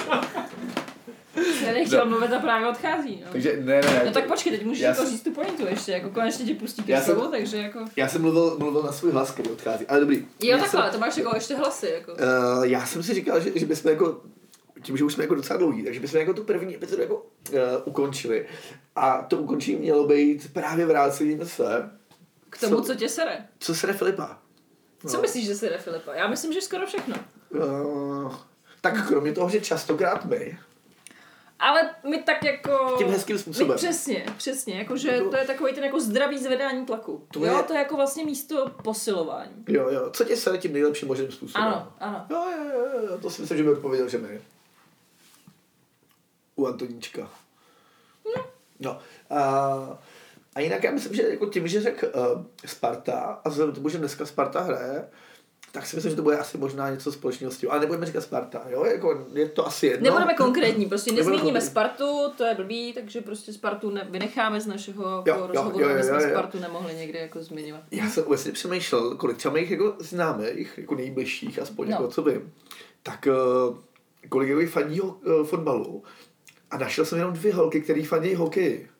S3: Já nechtěl mluvit a právě odchází. No.
S2: Takže ne, ne, ne.
S3: No tak počkej, teď můžeš
S2: Já
S3: jako
S2: jsem-
S3: říct tu pointu ještě, jako konečně tě pustí
S2: Já
S3: ke
S2: jsem-
S3: slovu, takže jako...
S2: Já jsem mluvil, mluvil na svůj hlas, který odchází, ale dobrý.
S3: Jo,
S2: já
S3: takhle, to máš jako ještě hlasy, jako.
S2: Jsem, uh, já jsem si říkal, že, že bychom jako, tím, že už jsme jako docela dlouhý, takže bychom jako tu první epizodu jako uh, ukončili. A to ukončení mělo být právě vrácením se.
S3: K tomu,
S2: co- No.
S3: co tě sere.
S2: Co se Filipa?
S3: Co myslíš, že sere Filipa? Já myslím, že skoro všechno.
S2: Uh, tak kromě toho, že častokrát my.
S3: Ale my tak jako...
S2: Tím hezkým způsobem.
S3: My, přesně, přesně. Jako, že to je takový ten jako zdravý zvedání tlaku.
S2: To
S3: To jo,
S2: je-
S3: je... to je jako vlastně místo posilování.
S2: Jo, jo, co tě sere tím nejlepším možným způsobem?
S3: Ano, ano.
S2: Jo, jo, jo, jo, to si myslím, že by odpověděl, že my. U Antoníčka. No. A, a jinak já myslím, že jako tím, že řekl uh, Sparta, a vzhledem k tomu, že dneska Sparta hraje, tak si myslím, že to bude asi možná něco společného s tím. A nebudeme říkat Sparta, jo? Jako, je to asi jedno.
S3: Nebudeme konkrétní, prostě
S2: Nebudeme
S3: nezmíníme
S2: konkrétní.
S3: Spartu, to je blbý, takže prostě Spartu ne, vynecháme z našeho
S2: Jo,
S3: jako
S2: jo,
S3: rozhovoru,
S2: jo, jo,
S3: aby jsme
S2: jo, jo.
S3: Spartu nemohli někde jako zmiňovat.
S2: Já jsem vlastně přemýšlel, kolik třeba mých jako známých, jako nejbližších, aspoň no.
S3: No.
S2: jako co vím, tak eh, kolik jako faní ho- eh, fotbalu. A našel jsem jenom dvě holky, které faní hokeji.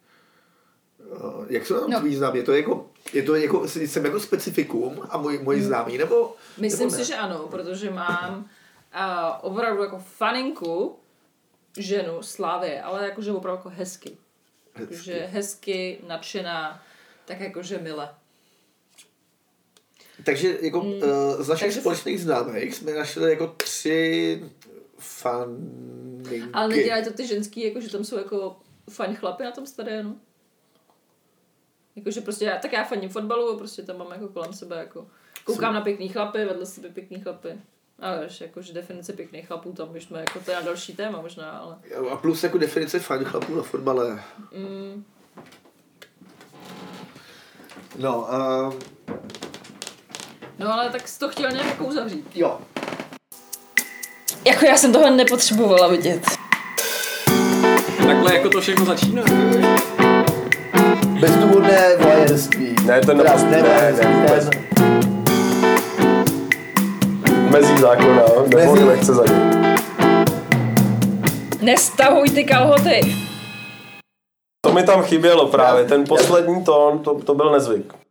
S2: Eh, Jak jsou tam no.
S3: No.
S2: tví známí? Je to jako, je to jako, jsem jako specifikum a moji, moji známí, nebo
S3: Mm. Myslím
S2: nebo ne?
S3: si, že ano, protože mám uh, opravdu jako faninku ženu Slávy, ale jakože opravdu jako hezky.
S2: Hezky.
S3: Jakože hezky, nadšená, tak jakože mile.
S2: Takže jako mm. z našich
S3: Takže-
S2: společných známých jsme našli jako tři faninky.
S3: Ale nedělají to ty ženský, jakože tam jsou jako fajn chlapy na tom stadionu. Jakože prostě já, tak já faním fotbalu, prostě tam mám jako kolem sebe jako koukám na pěkný chlapy, vedle sebe pěkný chlapy. Ale víš, jakože definice pěkných chlapů, tam už jsme jako to je na další téma možná, ale
S2: A plus jako definice fajn chlapů na fotbale.
S3: mm,
S2: No, um,
S3: No ale tak jsi to chtěl nějak jako uzavřít.
S2: jo,
S3: Jako já jsem tohle nepotřebovala vidět.
S1: Takhle jako to všechno začíná.
S2: Bezdůvodné voajerství.
S8: Ne, to je
S2: Teda
S8: naprosto- ne,
S2: voajerství,
S8: ne,
S2: ten-
S8: vůbec. Mezí zákona, nebo
S2: Mezí.
S8: nechce za ní.
S3: Nestahuj ty kalhoty!
S8: To mi tam chybělo právě, ten poslední tón, to, to byl nezvyk.